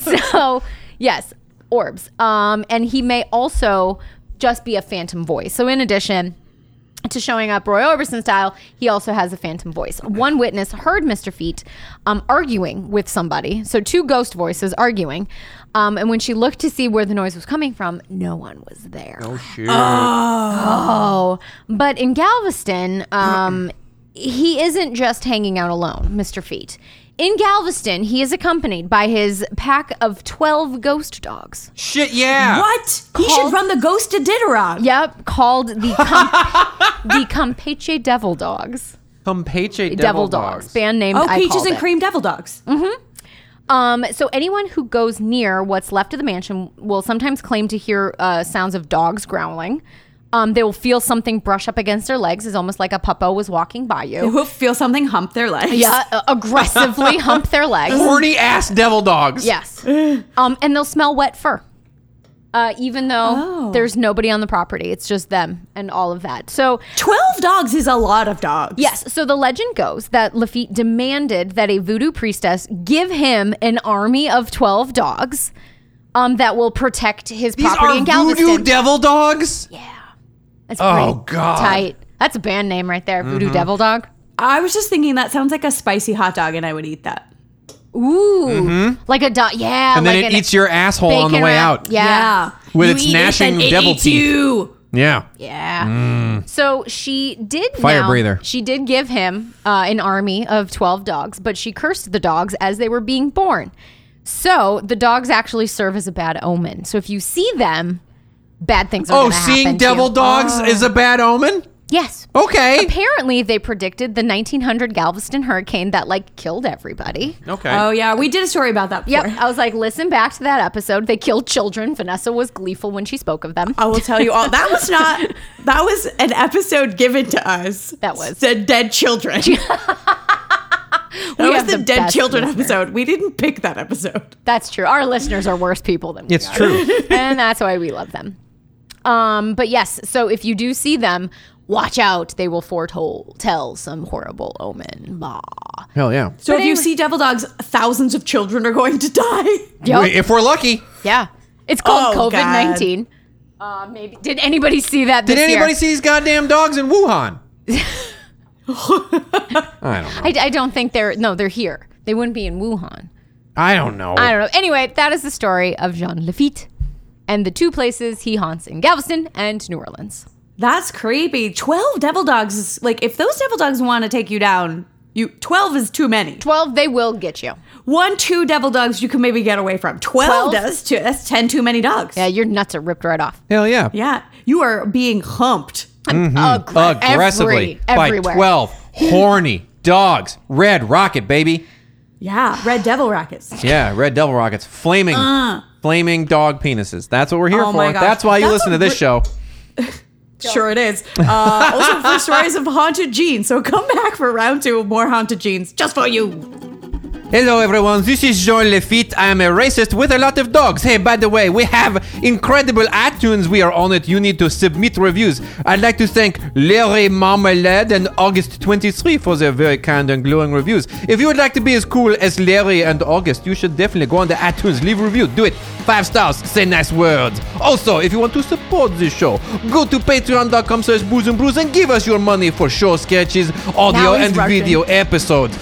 so, Oh, yes, orbs. Um, and he may also just be a phantom voice. So, in addition to showing up Roy Orbison style, he also has a phantom voice. One witness heard Mr. Feet um, arguing with somebody. So, two ghost voices arguing. Um, and when she looked to see where the noise was coming from, no one was there. Oh, but in Galveston, um, he isn't just hanging out alone, Mr. Feet. In Galveston, he is accompanied by his pack of 12 ghost dogs.
Shit, yeah.
What? He should run the ghost of Diderot.
Yep, called the Com- the Campeche Devil Dogs.
Campeche
Devil, dogs. band name.
Oh,
I
peaches
called
and
it. Mm.
cream devil dogs.
Um, so anyone who goes near what's left of the mansion will sometimes claim to hear uh, sounds of dogs growling. Um, they will feel something brush up against their legs, is almost like a puppo was walking by you.
Who feel something hump their legs.
Yeah, uh, aggressively hump their legs.
Horny ass devil dogs.
Yes. Um, and they'll smell wet fur. Uh, even though
Oh.
there's nobody on the property, it's just them and all of that. So
12 dogs is a lot of dogs.
Yes. So the legend goes that Lafitte demanded that a voodoo priestess give him an army of 12 dogs um, that will protect his
These
property in Oh
are
Galveston.
voodoo devil dogs.
That's
Oh,
pretty
God. Mm-hmm.
Tight. That's a band name right there. Voodoo Devil Dog.
I was just thinking that sounds like a spicy hot dog and I would eat that.
Ooh. Like a dog. Yeah.
Mm-hmm. And then
like
it
an
eats your asshole on the
bacon
way
wrap.
out.
yeah.
With its gnashing devil teeth.
You.
Yeah.
Yeah. So she did
Mm. Fire
now-
breather.
She did give him uh, an army of twelve dogs, but she cursed the dogs as they were being born. So the dogs actually serve as a bad omen. So if you see them, bad things. Are
Oh,
gonna happen
seeing
to
devil Oh,
you.
dogs is a bad omen?
Yes.
Okay.
Apparently, they predicted the 1900 Galveston hurricane that like killed everybody.
Okay.
Oh, yeah. We did a story about that before.
Yep. I was like, listen back to that episode. They killed children. Vanessa was gleeful when she spoke of them.
I will tell you all. That was not, that was an episode given to us.
That was.
The dead children. that
We
was
have
the,
the
dead
best
children
listeners.
episode. We didn't pick that episode.
That's true. Our listeners are worse people than we
It's
are.
true.
and that's why we love them. Um, but yes, so if you do see them, watch out. They will foretold tell some horrible omen. Bah.
Hell yeah.
So if you
anyway-
see devil dogs, thousands of children are going to die.
Yup.
If we're lucky.
Yeah. It's called
Oh, God.
COVID nineteen. Uh, maybe did anybody see that?
Did
this year?
anybody see these goddamn dogs in Wuhan? I don't know.
I, I don't think they're no. They're here. They wouldn't be in Wuhan.
I don't know.
I don't know. Anyway, that is the story of Jean Lafitte and the two places he haunts in Galveston and New Orleans.
That's creepy. 12 devil dogs is like, if those devil dogs want to take you down, you 12 is too many.
Twelve, they will get you.
One, two devil dogs you can maybe get away from. 12,
Twelve?
does too. That's 10 too many dogs.
Yeah, your nuts are ripped right off.
Hell yeah.
Yeah. You are being humped.
Aggra-
Mm-hmm. Aggressively
every-
by
everywhere.
12 horny dogs. Red rocket, baby.
Yeah. Red devil rockets.
Yeah, red devil rockets. Flaming. Flaming dog penises. That's what we're here
Uh. Oh
for.
my gosh.
That's why you
That's
listen
a
to this
re-
show.
Sure it is. Uh, also for stories of haunted jeans. So come back for round two of more haunted jeans just for you.
Hello, everyone. This is Jean Lafitte. I am a racist with a lot of dogs. Hey, by the way, we have incredible iTunes. We are on it. You need to submit reviews. I'd like to thank Larry Marmalade and August 23 for their very kind and glowing reviews. If you would like to be as cool as Larry and August, you should definitely go on the iTunes, leave a review, do it. Five stars, say nice words. Also, if you want to support this show, go to patreon.com slash booze and brews and give us your money for show sketches, audio
Now he's
and
Russian.
video episodes.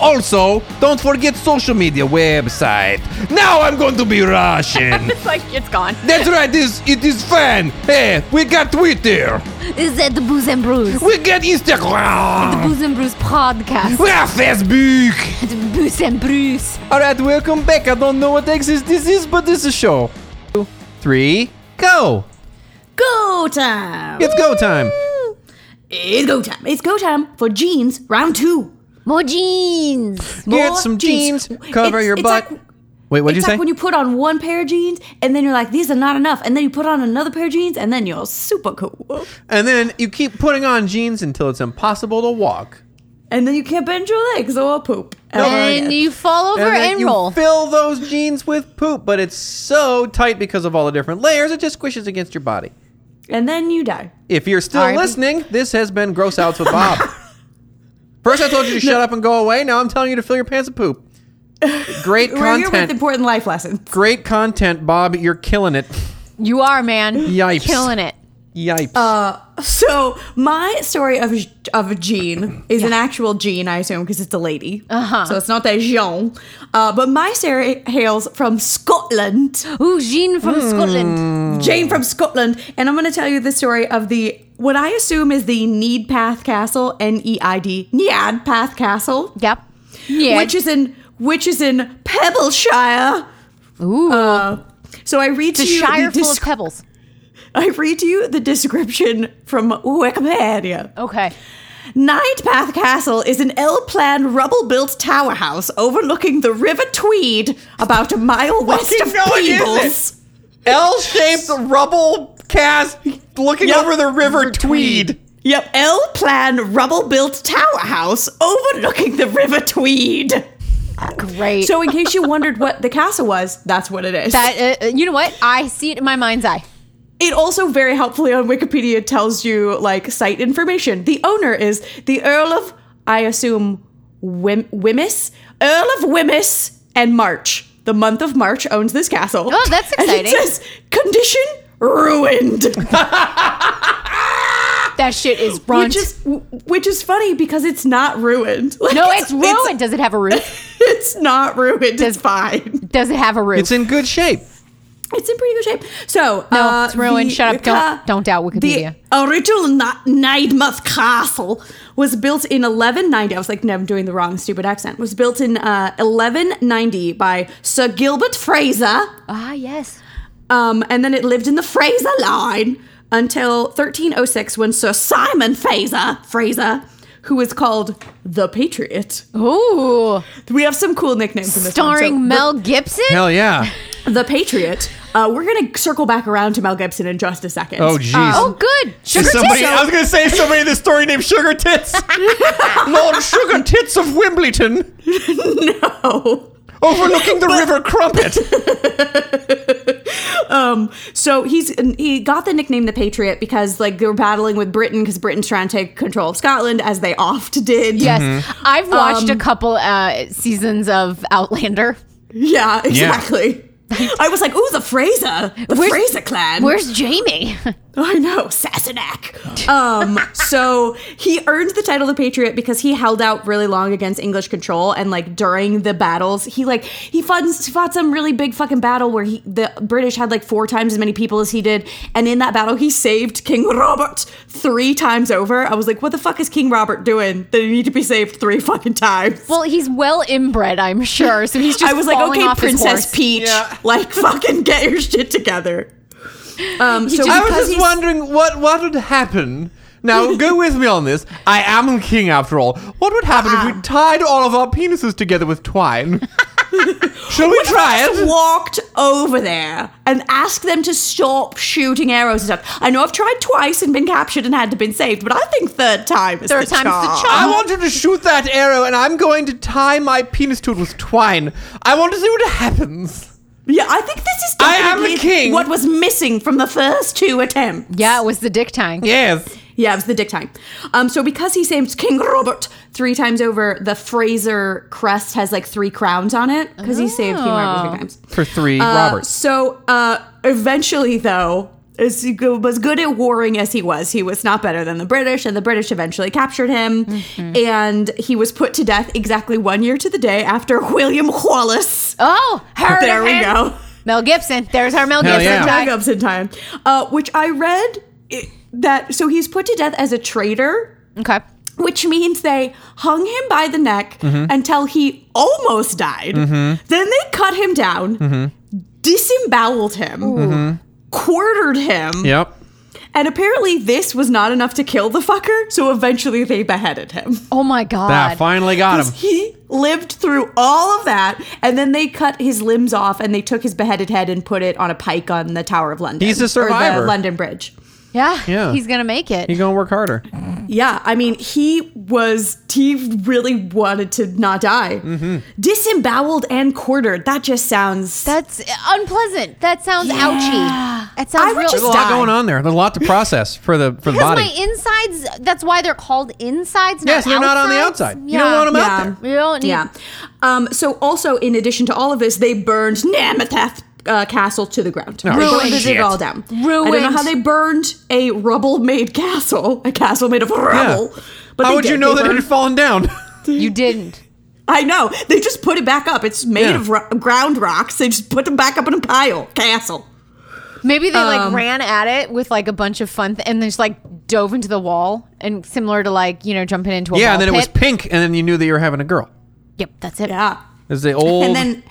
Also, don't forget social media website. Now I'm going to be Russian.
It's like it's gone.
That's right, this it is fun. Hey, we got Twitter.
Is that the Booze and Brews?
We got Instagram.
Booze and Brews podcast.
We have Facebook.
Booze and Brews.
All right, welcome back. I don't know what exist this is, but this is a show. Two, three, go.
Go time.
It's go time.
It's go time. It's go time for jeans round two.
More jeans.
Get
More
some
jeans.
jeans. Cover
It's-
your
it's
butt.
like-
Wait, what'd you
it's
say?
like when you put on one pair of jeans and then you're like, these are not enough. And then you put on another pair of jeans and then you're super cool.
and then you keep putting on jeans until it's impossible to walk.
And then you can't bend your legs or poop.
And you fall over
and
and,
then you
roll.
fill those jeans with poop, but it's so tight because of all the different layers, it just squishes against your body.
and then you die.
If you're still
R.I.P.
listening, this has been Gross Outs with Bob. First, I told you to shut up and go away. Now I'm telling you to fill your pants with poop. Great
We're here with
content.
important life lessons.
Great content, Bob. You're killing it.
you are, man.
Yipes.
Killing it.
Yipes.
Um, So my story of of a Jean is an actual Jean, I assume, because it's a lady. Uh-huh. So it's not that Jean. Uh, but my story hails from Scotland.
Ooh, Jean from
Hmm.
Scotland.
Jane from Scotland, and I'm going to tell you the story of the what I assume is the Need Path Castle, N E I D, Nead Path Castle,
Yep. Yeah.
which is in which is in Pebbleshire.
Ooh,
Uh, so I read to
the
you
Shire
the
full of
dis-
pebbles.
I read to you the description from Wikipedia.
Okay.
Nightpath Castle is an L-plan rubble-built tower house overlooking the River Tweed, about a mile west of
no, it isn't.
Peebles.
L-shaped rubble cast looking over the river Tweed.
Yep, L-plan rubble-built tower house overlooking the River Tweed.
Great.
So, in case you wondered what the castle was, that's what it is.
that uh, uh, you know what? I see it in my mind's eye.
it also very helpfully on Wikipedia tells you like site information. The owner is the Earl of, I assume, Wim- Wemyss, Earl of Wemyss, and March. The month of March owns this castle.
Oh, that's
And
exciting.
it says condition ruined,
That shit is brunt.
which is which is funny because it's not ruined. Like,
no, it's ruined. Does it have a roof?
It's, not ruined. It's fine.
Does it have a roof?
It's in good shape.
It's in pretty good shape. So
No,
uh,
it's ruined.
the
Shut up. Don't- don't doubt Wikipedia.
The original Na- Nidmouth Castle was built in 1190. I was like, no, I'm doing the wrong stupid accent. Was built in uh, 1190 by Sir Gilbert Fraser,
ah, yes.
um, and then it lived in the Fraser line until 1306 when Sir Simon Fraser, Fraser, who was called the Patriot.
Ooh,
We have some cool nicknames in this. one. So
starring
the-
Mel Gibson.
Hell yeah.
the Patriot. Uh, we're gonna circle back around to Mel Gibson in just a second.
Oh, jeez.
oh, good. Sugar
Is somebody,
tits.
I was going to say somebody in this story named Sugar Tits. Lord Sugar Tits of Wimbledon,
Oh.
overlooking the River Crumpet.
So he's he got the nickname the Patriot because like they were battling with Britain because Britain's trying to take control of Scotland as they oft did.
Yes,
Mm-hmm.
I've watched
Um,
a couple uh, seasons of Outlander.
yeah, exactly. I was like, ooh, the Fraser, the
Where's-
Fraser clan.
Where's Jamie?
I know, Sassenach. Um, so he earned the title of Patriot because he held out really long against English control, and like during the battles, he like he fought, fought some really big fucking battle where he the British had like four times as many people as he did, and in that battle he saved King Robert three times over. I was like, what the fuck is King Robert doing? They need to be saved three fucking times.
well, he's well inbred, I'm sure. So he's just.
I was like,
falling
okay,
off his
Princess
horse.
Peach,
Yeah.
like fucking get your shit together. Um, so
I
because
was just
he's-
wondering what, what would happen. Now, go with me on this. I am king after all. What would happen if we tied all of our penises together with twine? Shall we try
just
it?
walked over there and asked them to stop shooting arrows and stuff. I know I've tried twice and been captured and had to been saved, but I think third time is
Third
the
time's the
charm.
charm.
I wanted to shoot that arrow, and I'm going to tie my penis to it with twine. I want to see what happens.
Yeah, I think this is
I am
definitely
the king.
What was missing from the first two attempts?
Yeah, it was the dick tying.
Yes.
Yeah, it was the dick time. Um, so because he saves King Robert three times over, the Fraser crest has like three crowns on it because he saved King Robert three times.
For three
Uh,
Roberts.
So uh, eventually, though, as he go- was good at warring as he was, he was not better than the British, and the British eventually captured him, and he was put to death exactly one year to the day after William Wallace.
Oh, her.
there we go.
Mel Gibson. There's our Mel
Hell
Gibson.
yeah.
tie.
Back ups in time, uh, which I read it, that so he's put to death as a traitor.
Okay.
Which means they hung him by the neck
Mm-hmm.
until he almost died. Then they cut him down,
Mm-hmm.
disemboweled him, quartered him,
Yep.
and apparently this was not enough to kill the fucker, so eventually they beheaded him.
Oh my god.
That finally got him.
He lived through all of that, and then they cut his limbs off and they took his beheaded head and put it on a pike on the Tower of London.
He's
or
a
the
survivor.
London Bridge.
yeah.
Yeah.
He's gonna make it.
You're going to work harder.
Yeah, I mean, he was, he really wanted to not die.
Mm-hmm.
Disemboweled and quartered. That just sounds.
That's unpleasant. That sounds ouchy. That sounds
I would
real.
just
There's a lot
die.
going on there. There's a lot to process for the for the
Because
body.
my insides. That's why they're called insides.
yes,
not
they're not on the
outsides.
outside. You don't want them
Yeah.
out there.
You don't need.
yeah. Um, so, also, in addition to all of this, they burned Namath uh, Castle to the ground. They
Ruined.
burned it all down. I don't know
Ruined.
how they burned a rubble made castle, a castle made of rubble. But
How
they
would
did.
you know
They
that it
burned-
had fallen down?
You didn't.
I know. They just put it back up. It's made
Yeah.
of ro- ground rocks. They just put them back up in a pile. Castle.
Maybe they
Um,
like ran at it with like a bunch of fun, th- and then just like dove into the wall, and similar to like you know jumping into a
yeah,
ball
and then it was
pit.
pink, and then you knew that you were having a girl.
Yep, that's it.
Yeah.
There's the old.
and then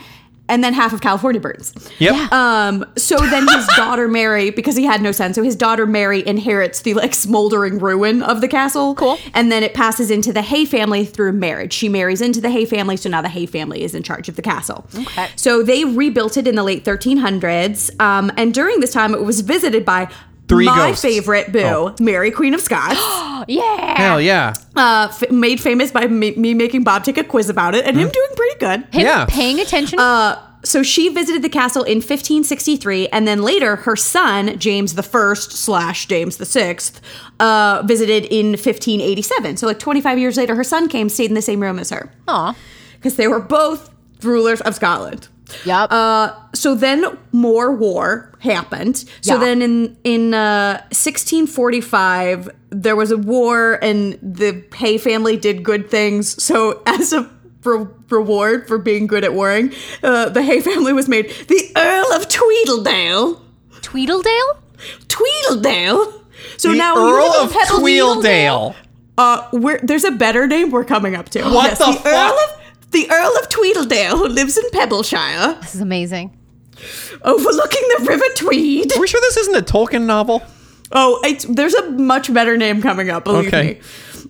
and then half of California burns.
yep.
Um, so then his daughter Mary, because he had no son, so his daughter Mary inherits the like smoldering ruin of the castle.
Cool.
And then it passes into the Hay family through marriage. She marries into the Hay family, so now the Hay family is in charge of the castle. Okay. So they rebuilt it in the late 1300s, um, and during this time it was visited by
Three
my
ghosts.
favorite boo,
Oh.
Mary Queen of Scots
Yeah.
Hell yeah.
uh, f- made famous by me, me making Bob take a quiz about it and
Hmm?
him doing pretty good.
Him
Yeah. Uh,
paying attention.
So she visited the castle in 1563, and then later her son James the First slash James the Sixth uh, visited in 1587. So like 25 years later, her son came, stayed in the same room as her
Aw.
because they were both rulers of Scotland.
Yup.
Uh, so then more war happened. So
Yeah.
then in in uh, 1645 there was a war and the Hay family did good things. So as a re- reward for being good at warring, uh, the Hay family was made the Earl of Tweedledale.
Tweedledale?
Tweedledale. So
the
now you
Earl
live in
of
Pebble
Tweedledale.
uh, we're, there's a better name we're coming up to.
What the fuck?
Earl of, the Earl of Tweedledale, who lives in Pebbleshire,
This is amazing.
overlooking the River Tweed.
Are we sure this isn't a Tolkien novel?
Oh, it's, there's a much better name coming up, believe
Okay.
me.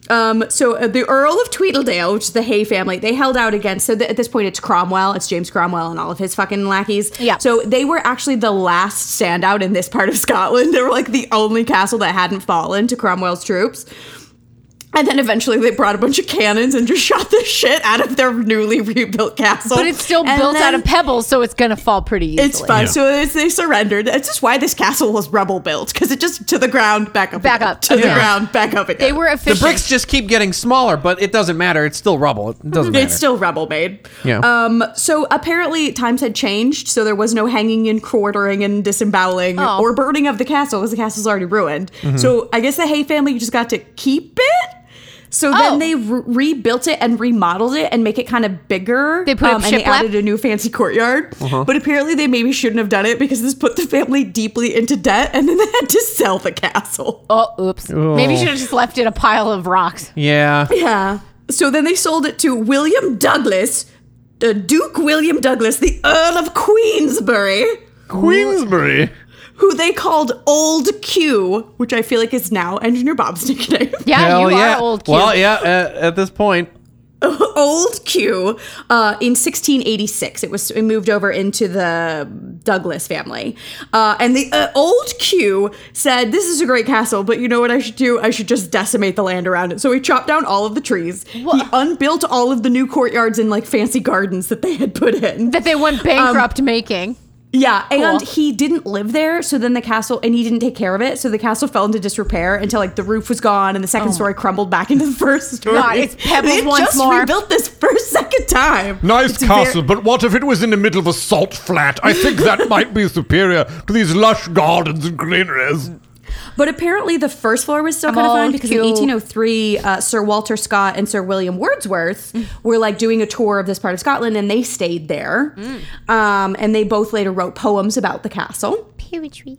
Um, so uh, the Earl of Tweedledale, which is the Hay family, they held out against. So th- at this point, it's Cromwell, it's James Cromwell, and all of his fucking lackeys.
Yeah.
So they were actually the last standout in this part of Scotland. They were like the only castle that hadn't fallen to Cromwell's troops. And then eventually they brought a bunch of cannons and just shot the shit out of their newly rebuilt castle.
But it's still
And
built out
then-
of pebbles, so it's going to fall pretty easily.
it's fun. So it's, they surrendered. That's just why this castle was rubble built because it just to the ground, back up,
Back
again,
up,
to the
yeah.
ground, back up again.
They were
The
efficient.
bricks just keep getting smaller, but it doesn't matter. It's still rubble. It doesn't matter.
It's still rubble made.
Yeah.
Um. So apparently times had changed. So there was no hanging and quartering and disemboweling
Oh.
or burning of the castle because the castle's already ruined.
Mm-hmm.
So I guess the Hay family just got to keep it. So
Oh.
then they re- rebuilt it and remodeled it and make it kind of bigger. Um,
They put up
and they
shiplap?
added a new fancy courtyard.
Uh-huh.
But apparently they maybe shouldn't have done it because this put the family deeply into debt and then they had to sell the castle.
oh, oops. Maybe you should have just left it a pile of rocks.
yeah.
Yeah. So then they sold it to William Douglas, the Duke William Douglas, the Earl of Queensbury,
Queensbury.
who they called Old Q, which I feel like is now Engineer Bob's nickname.
Yeah,
Hell
you
yeah.
are old. Cute.
Well, yeah. At, at this point,
Old Q uh, in 1686. It was it moved over into the Douglas family, uh, and the uh, Old Q said, "This is a great castle, but you know what I should do? I should just decimate the land around it." So he chopped down all of the trees. He unbuilt all of the new courtyards and like fancy gardens that they had put in.
That they
Um,
went bankrupt making.
Yeah, and
Cool.
he didn't live there, so then the castle and he didn't take care of it, so the castle fell into disrepair until like the roof was gone and the second story crumbled back into the first story.
God, Oh. it's pebbles
They
once
just
more.
rebuilt this first second time.
Nice
It's very-
castle, but what if it was in the middle of a salt flat? I think that might be superior to these lush gardens and greeneries.
But apparently, the first floor was still kind of
all
fun because in
cute.
1803, uh, Sir Walter Scott and Sir William Wordsworth
Mm.
were like doing a tour of this part of Scotland, and they stayed there.
Mm.
Um, and they both later wrote poems about the castle.
Poetry.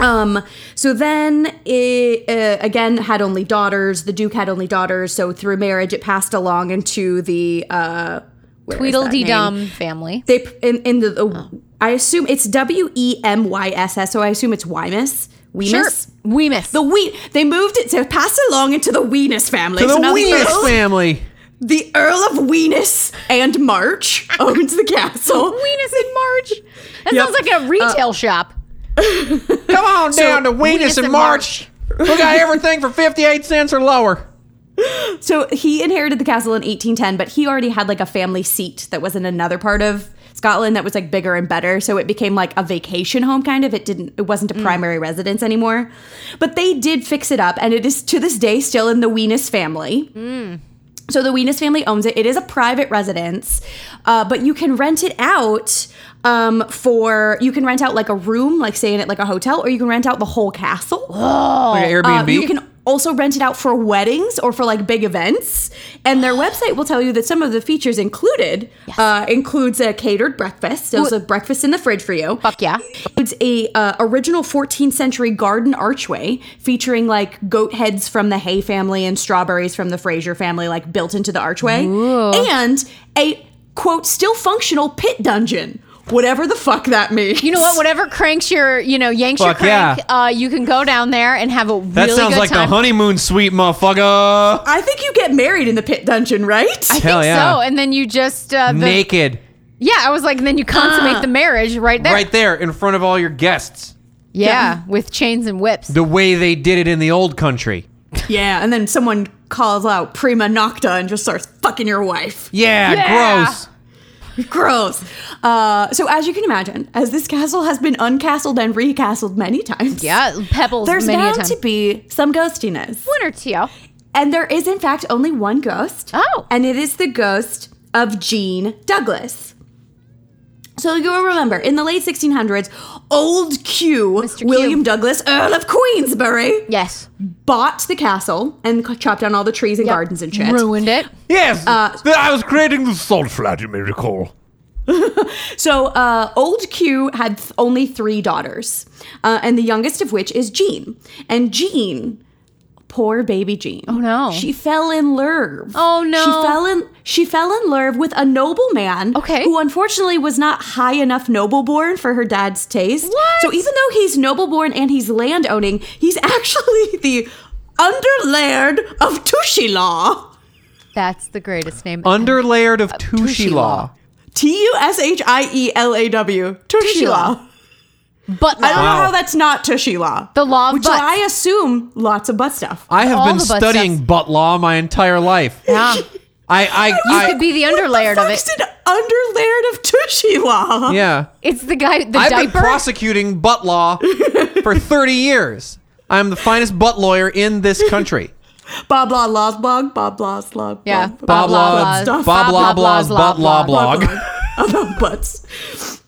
Um, so then it uh, again had only daughters. The Duke had only daughters. So through marriage, it passed along into the uh, where is that name?
Tweedledum family.
They in, in the, the I assume it's W E M Y S S. So I assume it's Wymus. Wemus.
We miss.
The we they moved it to pass along into the Weenus family.
the
So now the,
Weenus
Earl,
family.
the Earl of Weenus and March owns the castle.
Venus in March. That
Yep.
sounds like a
Uh,
retail shop.
Come on down to Weenus
Weenus
in
in
March. we got everything for 58 cents or lower.
So he inherited the castle in 1810, but he already had like a family seat that was in another part of Scotland that was like bigger and better. So it became like a vacation home kind of. It didn't it wasn't a primary residence anymore. But they did fix it up and it is to this day still in the Weenus family. So the Weenus family owns it. It is a private residence, uh, but you can rent it out um, for you can rent out like a room, like say in it like a hotel, or you can rent out the whole castle.
Like an
Uh,
Airbnb.
you can also rent it out for weddings or for like big events. And their website will tell you that some of the features included uh, includes a catered breakfast. There's a breakfast in the fridge for you.
Fuck yeah.
Includes a uh, original 14th century garden archway featuring like goat heads from the Hay family and strawberries from the Fraser family, like built into the archway, and a quote, still functional pit dungeon. Whatever the fuck that means.
You know what? Whatever cranks your, you know, yanks
Fuck
your crank,
yeah.
uh, you can go down there and have a
That
really
sounds
good
like
time.
the honeymoon suite, motherfucker.
I think you get married in the pit dungeon, right?
Hell yeah.
So, and then you just uh, the,
Naked,
Yeah, I was like, and then you consummate the marriage right there.
right there in front of all your guests.
Yeah, with chains and whips.
The way they did it in the old country.
yeah, and then someone calls out Prima Nocta and just starts fucking your wife.
Yeah,
Yeah.
gross.
Gross. Uh, so, as you can imagine, as this castle has been uncastled and recastled many times,
yeah, pebbles.
there's
many a
bound
time.
to be some ghostiness.
one or two.
And there is, in fact, only one ghost.
Oh.
And it is the ghost of Jean Douglas. So you'll remember, in the late 1600s, old Q,
Mr. Q.
William Douglas, Earl of Queensbury,
Yes,
bought the castle and c- chopped down all the trees and
Yep.
gardens and shit.
Ruined it.
Yes, th- I was creating the salt flat, you may recall.
So uh, old Q had th- only three daughters, uh, and the youngest of which is Jean. And Jean, poor baby Jean. Oh
no.
She fell in love.
Oh, no.
She fell in she fell in love with a nobleman.
Okay.
Who unfortunately was not high enough noble born for her dad's taste.
What?
So even though he's noble born and he's land owning, he's actually the underlaird of Tushilaw.
That's the greatest name.
Underlayered of Tushy Law.
T U S H I E L A W. Tushilaw.
but
I don't
Wow.
know how that's not Tushy Law.
The law of
Which
butts.
I assume lots of butt stuff.
I have
All
been
the butt
studying
stuff.
butt law my entire life.
Yeah.
I, I,
you
I,
could be the underlayered
what
of
the
it.
fuck's an underlayered of Tushy Law?
yeah.
It's the guy, the
I've
diaper.
been prosecuting butt law for 30 years. I'm the finest butt lawyer in this country.
Bob Law Law's blog. Bob Law's blog.
Yeah.
blog,
Bob
Bob Law
Law,
Blog.
Bob Law,
Bob Law's
Blaw's butt law
Law
blog.
About butts.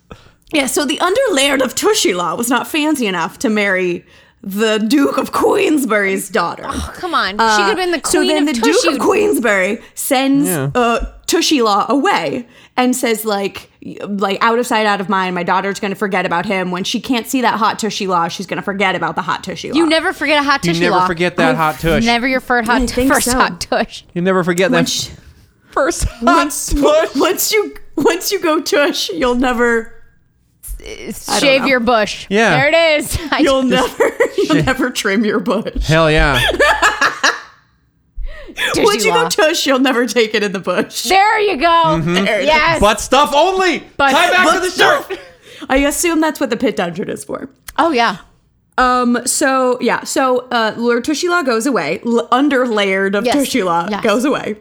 Yeah, so the underlayered of Tushy Law was not fancy enough to marry the Duke of Queensbury's daughter.
Come on, she could have been the
Uh, so
queen
then
of
the
Tushy.
Duke of Queensbury sends uh, Tushy Law away and says like like out of sight, out of mind. My daughter's going to forget about him when she can't see that hot Tushy Law. She's going to forget about the hot Tushy Law.
You never forget a hot
You
tush.
never
law.
forget that hot tush.
Never your first
I
hot,
think
first
so.
hot tush.
You never forget
When
that
she-
first
once,
hot tush.
once you once you go Tush, you'll never
Shave
know.
your bush.
Yeah.
there it is. I-
you'll never you'll never trim your bush.
Hell yeah.
tushy
Once you
law.
go Tush, you'll never take it in the bush.
there you go.
Mm-hmm.
Yes,
Butt stuff only.
Butt-
Tie back to
But
the shirt.
I assume that's what the pit dungeon is for.
Oh yeah.
Um. So yeah. So uh, Lord Tushila goes away. L- underlayered of
Yes.
Tushila
Yes.
goes away.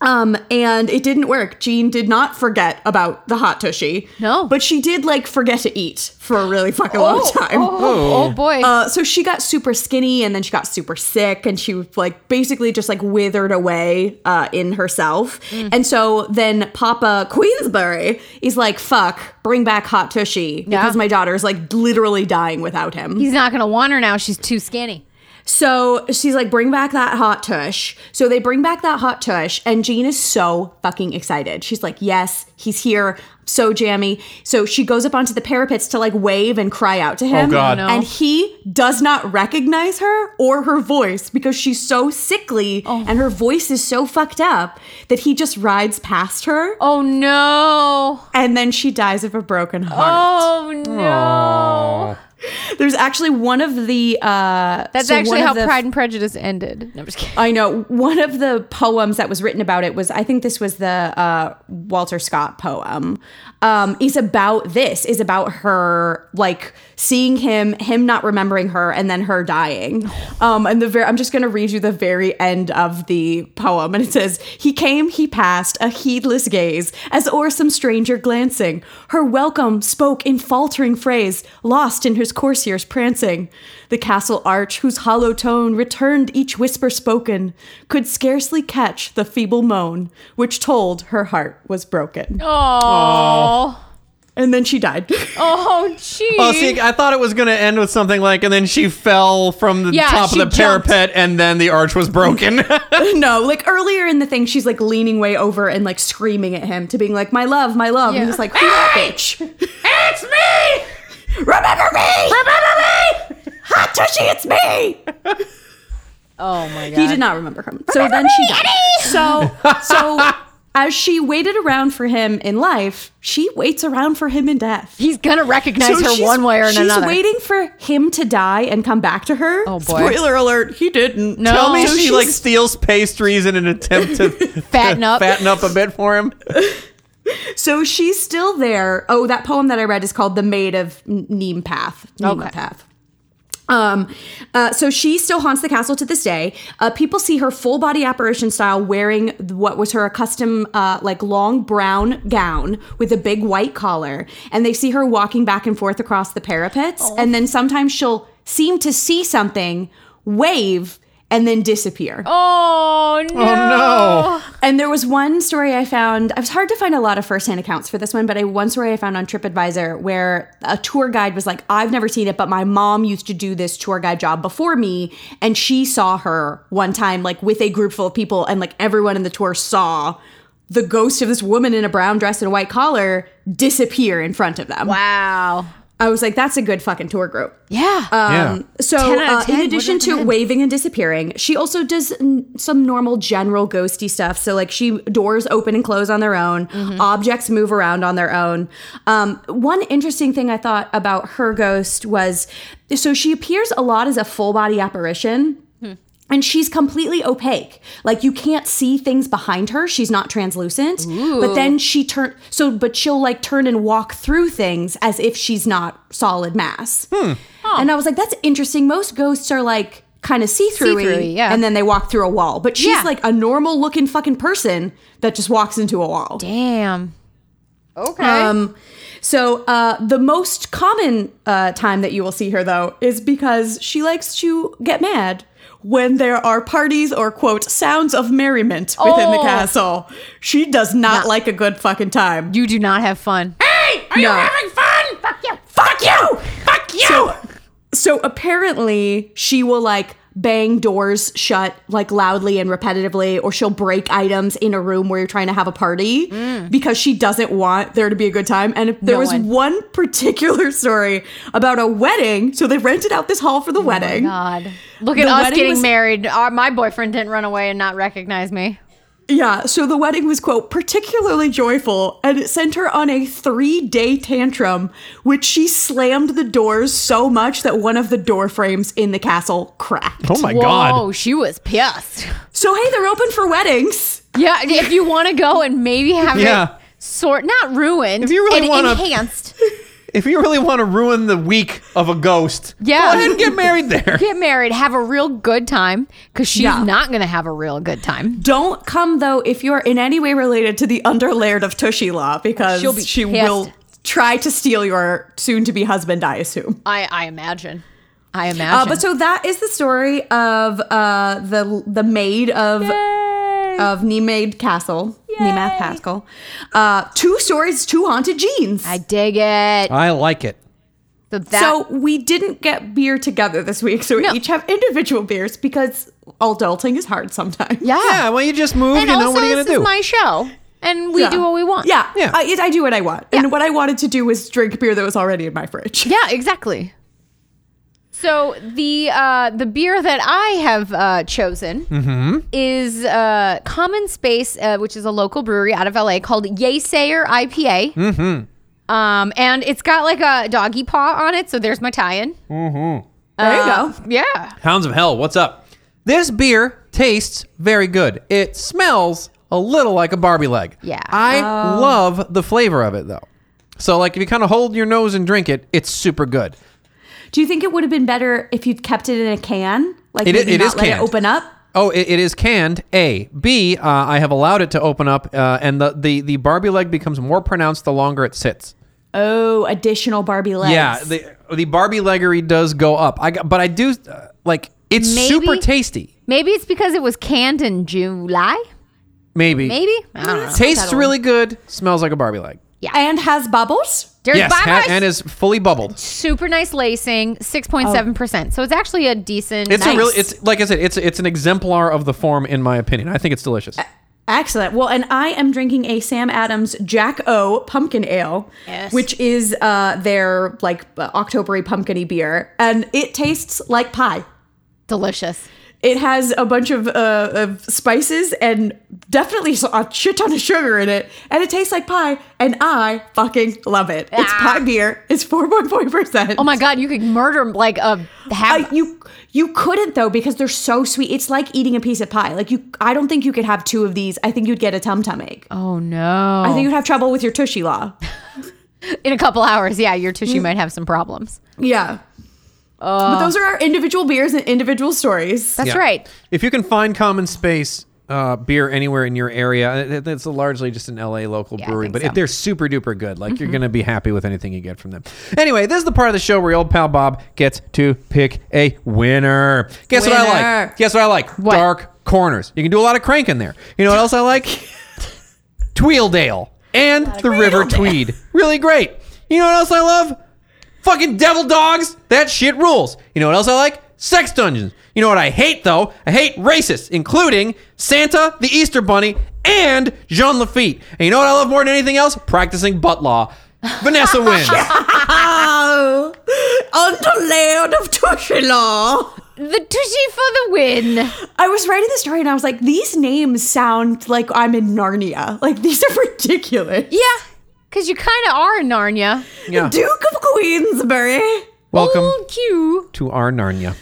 Um. And it didn't work. Jean did not forget about the hot tushy.
No.
But she did like forget to eat for a really fucking long time.
Oh, oh, oh, boy.
Uh, so she got super skinny and then she got super sick and she was like basically just like withered away uh, in herself.
Mm.
And so then Papa Queensbury is like, fuck, bring back Hot Tushy
Yeah.
because my daughter's like literally dying without him.
He's not gonna want her now. She's too skinny.
So she's like, bring back that hot tush. So they bring back that hot tush, and Jean is so fucking excited. She's like, yes, he's here. So jammy. So she goes up onto the parapets to like wave and cry out to him.
God.
And he does not recognize her or her voice because she's so sickly and her voice is so fucked up that he just rides past her
Oh no.
and then she dies of a broken heart.
Oh no.
There's actually one of the uh
That's
so
actually
one of
how
the-
Pride and Prejudice ended. No, I'm just kidding.
I know one of the poems that was written about it was I think this was the uh, Walter Scott poem. Um, is about this is about her like seeing him, him not remembering her, and then her dying. Um, and the very I'm just gonna read you the very end of the poem, and it says, "He came, he passed, a heedless gaze, as o'er some stranger glancing. Her welcome spoke in faltering phrase, lost in his coursier's prancing. The castle arch, whose hollow tone returned each whisper spoken, could scarcely catch the feeble moan which told her heart was broken.
Oh.
And then she died.
Oh gee.
Oh, see, I thought it was going to end with something like, and then she fell from the
Yeah,
top of
she
the
jumped.
parapet, and then the arch was broken.
no, like earlier in the thing, she's like leaning way over and like screaming at him to being like, "My love, my love,"
Yeah.
and he's like, "Who that bitch? It's me! Remember me! Remember me! Hot tushy, it's me!"
oh my god.
He did not remember him. So then she died. So so as she waited around for him in life, she waits around for him in death.
He's gonna recognize her
she's-
one way or
she's
another.
waiting for him to die and come back to her.
Oh, boy.
Spoiler alert, he didn't.
No.
Tell me
So
she
she's-
like steals pastries in an attempt to
Fatten up.
fatten up a bit for him.
So she's still there. Oh, that poem that I read is called The Maid of Neem Path. Neem
Okay.
Path. Um, uh, so she still haunts the castle to this day. Uh, people see her full body apparition style wearing what was her accustomed, uh, like long brown gown with a big white collar. And they see her walking back and forth across the parapets. And then sometimes she'll seem to see something, wave, and then disappear.
Oh no.
Oh no!
And there was one story I found. It was hard to find a lot of firsthand accounts for this one, but I, one story I found on TripAdvisor where a tour guide was like, "I've never seen it, but my mom used to do this tour guide job before me, and she saw her one time, like with a group full of people, and like everyone in the tour saw the ghost of this woman in a brown dress and a white collar disappear in front of them."
Wow.
I was like, "That's a good fucking tour group." Um,
Yeah.
yeah.
So,
10 out of
uh,
10,
in addition
would
to
recommend.
waving and disappearing, she also does n- some normal general ghosty stuff. So, like, she doors open and close on their own, objects move around on their own. Um, one interesting thing I thought about her ghost was so she appears a lot as a full body apparition. And she's completely opaque. Like you can't see things behind her. She's not translucent. But then she turn so but she'll like turn and walk through things as if she's not solid mass.
Hmm.
And I was like, that's interesting. Most ghosts are like kind of see through
See-through-y, yeah.
and then they walk through a wall. But she's
Yeah.
like a normal looking fucking person that just walks into a wall.
Damn. Okay.
Um, so uh, the most common uh, time that you will see her though is because she likes to get mad when there are parties or quote sounds of merriment within
Oh.
the castle. She does not like a good fucking time.
you do not have fun.
no. having fun? Fuck you! Fuck you! Fuck you! So, so apparently she will like bang doors shut like loudly and repetitively or she'll break items in a room where you're trying to have a party because she doesn't want there to be a good time and if there
No
was
one.
Mm. one particular story about a wedding so they rented out this hall for the wedding
God. Look
The
at us
wedding
getting
was-
married. Our, my boyfriend didn't run away and not recognize me.
Yeah, so the wedding was, quote, particularly joyful, and it sent her on a three day tantrum, which she slammed the doors so much that one of the door frames in the castle cracked.
Oh my
Whoa,
god!
she was pissed.
So, hey, they're open for weddings.
Yeah, if you want to go and maybe have
Yeah.
it sort not ruined,
If you really
and
wanna-
enhanced,
If you really want to ruin the week of a ghost,
Yeah.
go ahead and get married there.
get married, have a real good time because she's
Yeah.
not gonna have a real good time.
Don't come, though, if you're in any way related to the underlayered of Tushy Law, because
She'll be
she
pissed.
will try to steal your soon to be husband, I assume.
I I imagine, I
Uh,
imagine.
but so that is the story of uh, the the maid of of Nemade Castle, Nemath Pascal. Uh, two stories, two haunted jeans.
I dig it.
I like it.
So that
so we didn't get beer together this week, so we
No.
each have individual beers because adulting is hard sometimes.
yeah.
Yeah, well, you just moved.
And
you know
also,
what are you
this
gonna do?
is my show, and we
Yeah.
do what we want.
Yeah,
Yeah.
I, I do what I want, and what I wanted to do was drink beer that was already in my fridge.
Yeah, exactly. So the uh, the beer that I have uh, chosen
Mm-hmm.
is uh, Common Space, uh, which is a local brewery out of LA called Yaysayer IPA. Mm-hmm. Um, and it's got like a doggy paw on it, so there's my tie-in.
There you
Uh,
go.
Yeah,
Hounds of Hell, what's up? This beer tastes very good. It smells a little like a Barbie leg.
Yeah. Oh.
I love the flavor of it though. So like if you kind of hold your nose and drink it, it's super good.
Do you think it would have been better if you'd kept it in a can, like
It i-
maybe
it
not
is
let
canned.
it open up?
Oh, it, it is canned. A, B. Uh, I have allowed it to open up, uh, and the, the the Barbie leg becomes more pronounced the longer it sits.
Oh, additional Barbie legs.
Yeah, the the Barbie leggery does go up. I got, but I do uh, like it's
Maybe-
super tasty.
maybe it's because it was canned in July.
Maybe
Maybe I don't know.
tastes really good. Smells like a Barbie leg.
and has bubbles.
There's
yes, ha-
Barbara's
and is fully bubbled.
super nice lacing, six point seven percent. So it's actually a decent.
Oh. It's
nice.
a really, it's like I said, it's it's an exemplar of the form in my opinion. I think it's delicious.
Excellent. Well, and I am drinking a Sam Adams Jack O Pumpkin Ale,
Yes.
which is uh, their like uh, Octobery pumpkiny beer, and it tastes like pie.
delicious.
It has a bunch of, uh, of spices and definitely s- a shit ton of sugar in it, and it tastes like pie. And I fucking love it. It's
Ah.
pie beer. It's four point four percent.
Oh my god, you could murder like a
I,
half.
you you couldn't though because they're so sweet. It's like eating a piece of pie. Like you, I don't think you could have two of these. I think you'd get a tum tum ache.
oh no!
I think you'd have trouble with your tushy law.
in a couple hours, yeah, your tissue might have some problems.
Yeah. but those are our individual beers and individual stories.
That's
Yeah.
right.
If you can find Common Space uh, beer anywhere in your area, it's largely just an LA local
Yeah, I
brewery,
think
but
so. Mm-hmm.
if they're super duper good, like you're gonna be happy with anything you get from them. Anyway, this is the part of the show where your old pal Bob gets to pick a winner. Guess what I
Winner.
like? Guess what I like?
What?
Dark corners. You can do a lot of cranking there. You know what else I like? Tweeldale and the River Tweed. Really great. You know what else I love? Fucking devil dogs. That shit rules. You know what else I like? Sex dungeons. You know what I hate though? I hate racists, including Santa, the Easter Bunny, and Jean Lafitte. And you know what I love more than anything else? Practicing butt law. Vanessa wins.
Oh, on the land of tushy law.
The tushy for the win.
I was writing the story and I was like, these names sound like I'm in Narnia. Like these are ridiculous.
Yeah, because you kind of are in Narnia.
Yeah.
Duke of Queensberry.
Welcome
Old Q.
to our Narnia.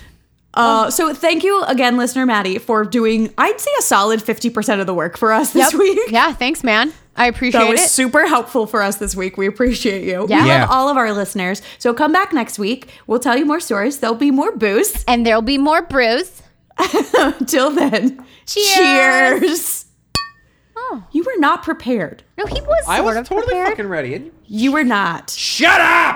Uh, so thank you again, listener Maddie, for doing I'd say a solid fifty percent of the work for us this
Yep.
week.
Yeah, thanks, man. I appreciate
That was
it.
super helpful for us this week. We appreciate you.
Yeah.
We
Yeah.
love all of our listeners. So come back next week. We'll tell you more stories. There'll be more boosts.
and there'll be more brews.
Until then,
Cheers. Oh.
cheers. You were not prepared.
No, he was. Sort
I was
of
totally
prepared.
fucking ready.
You were not.
Shut up!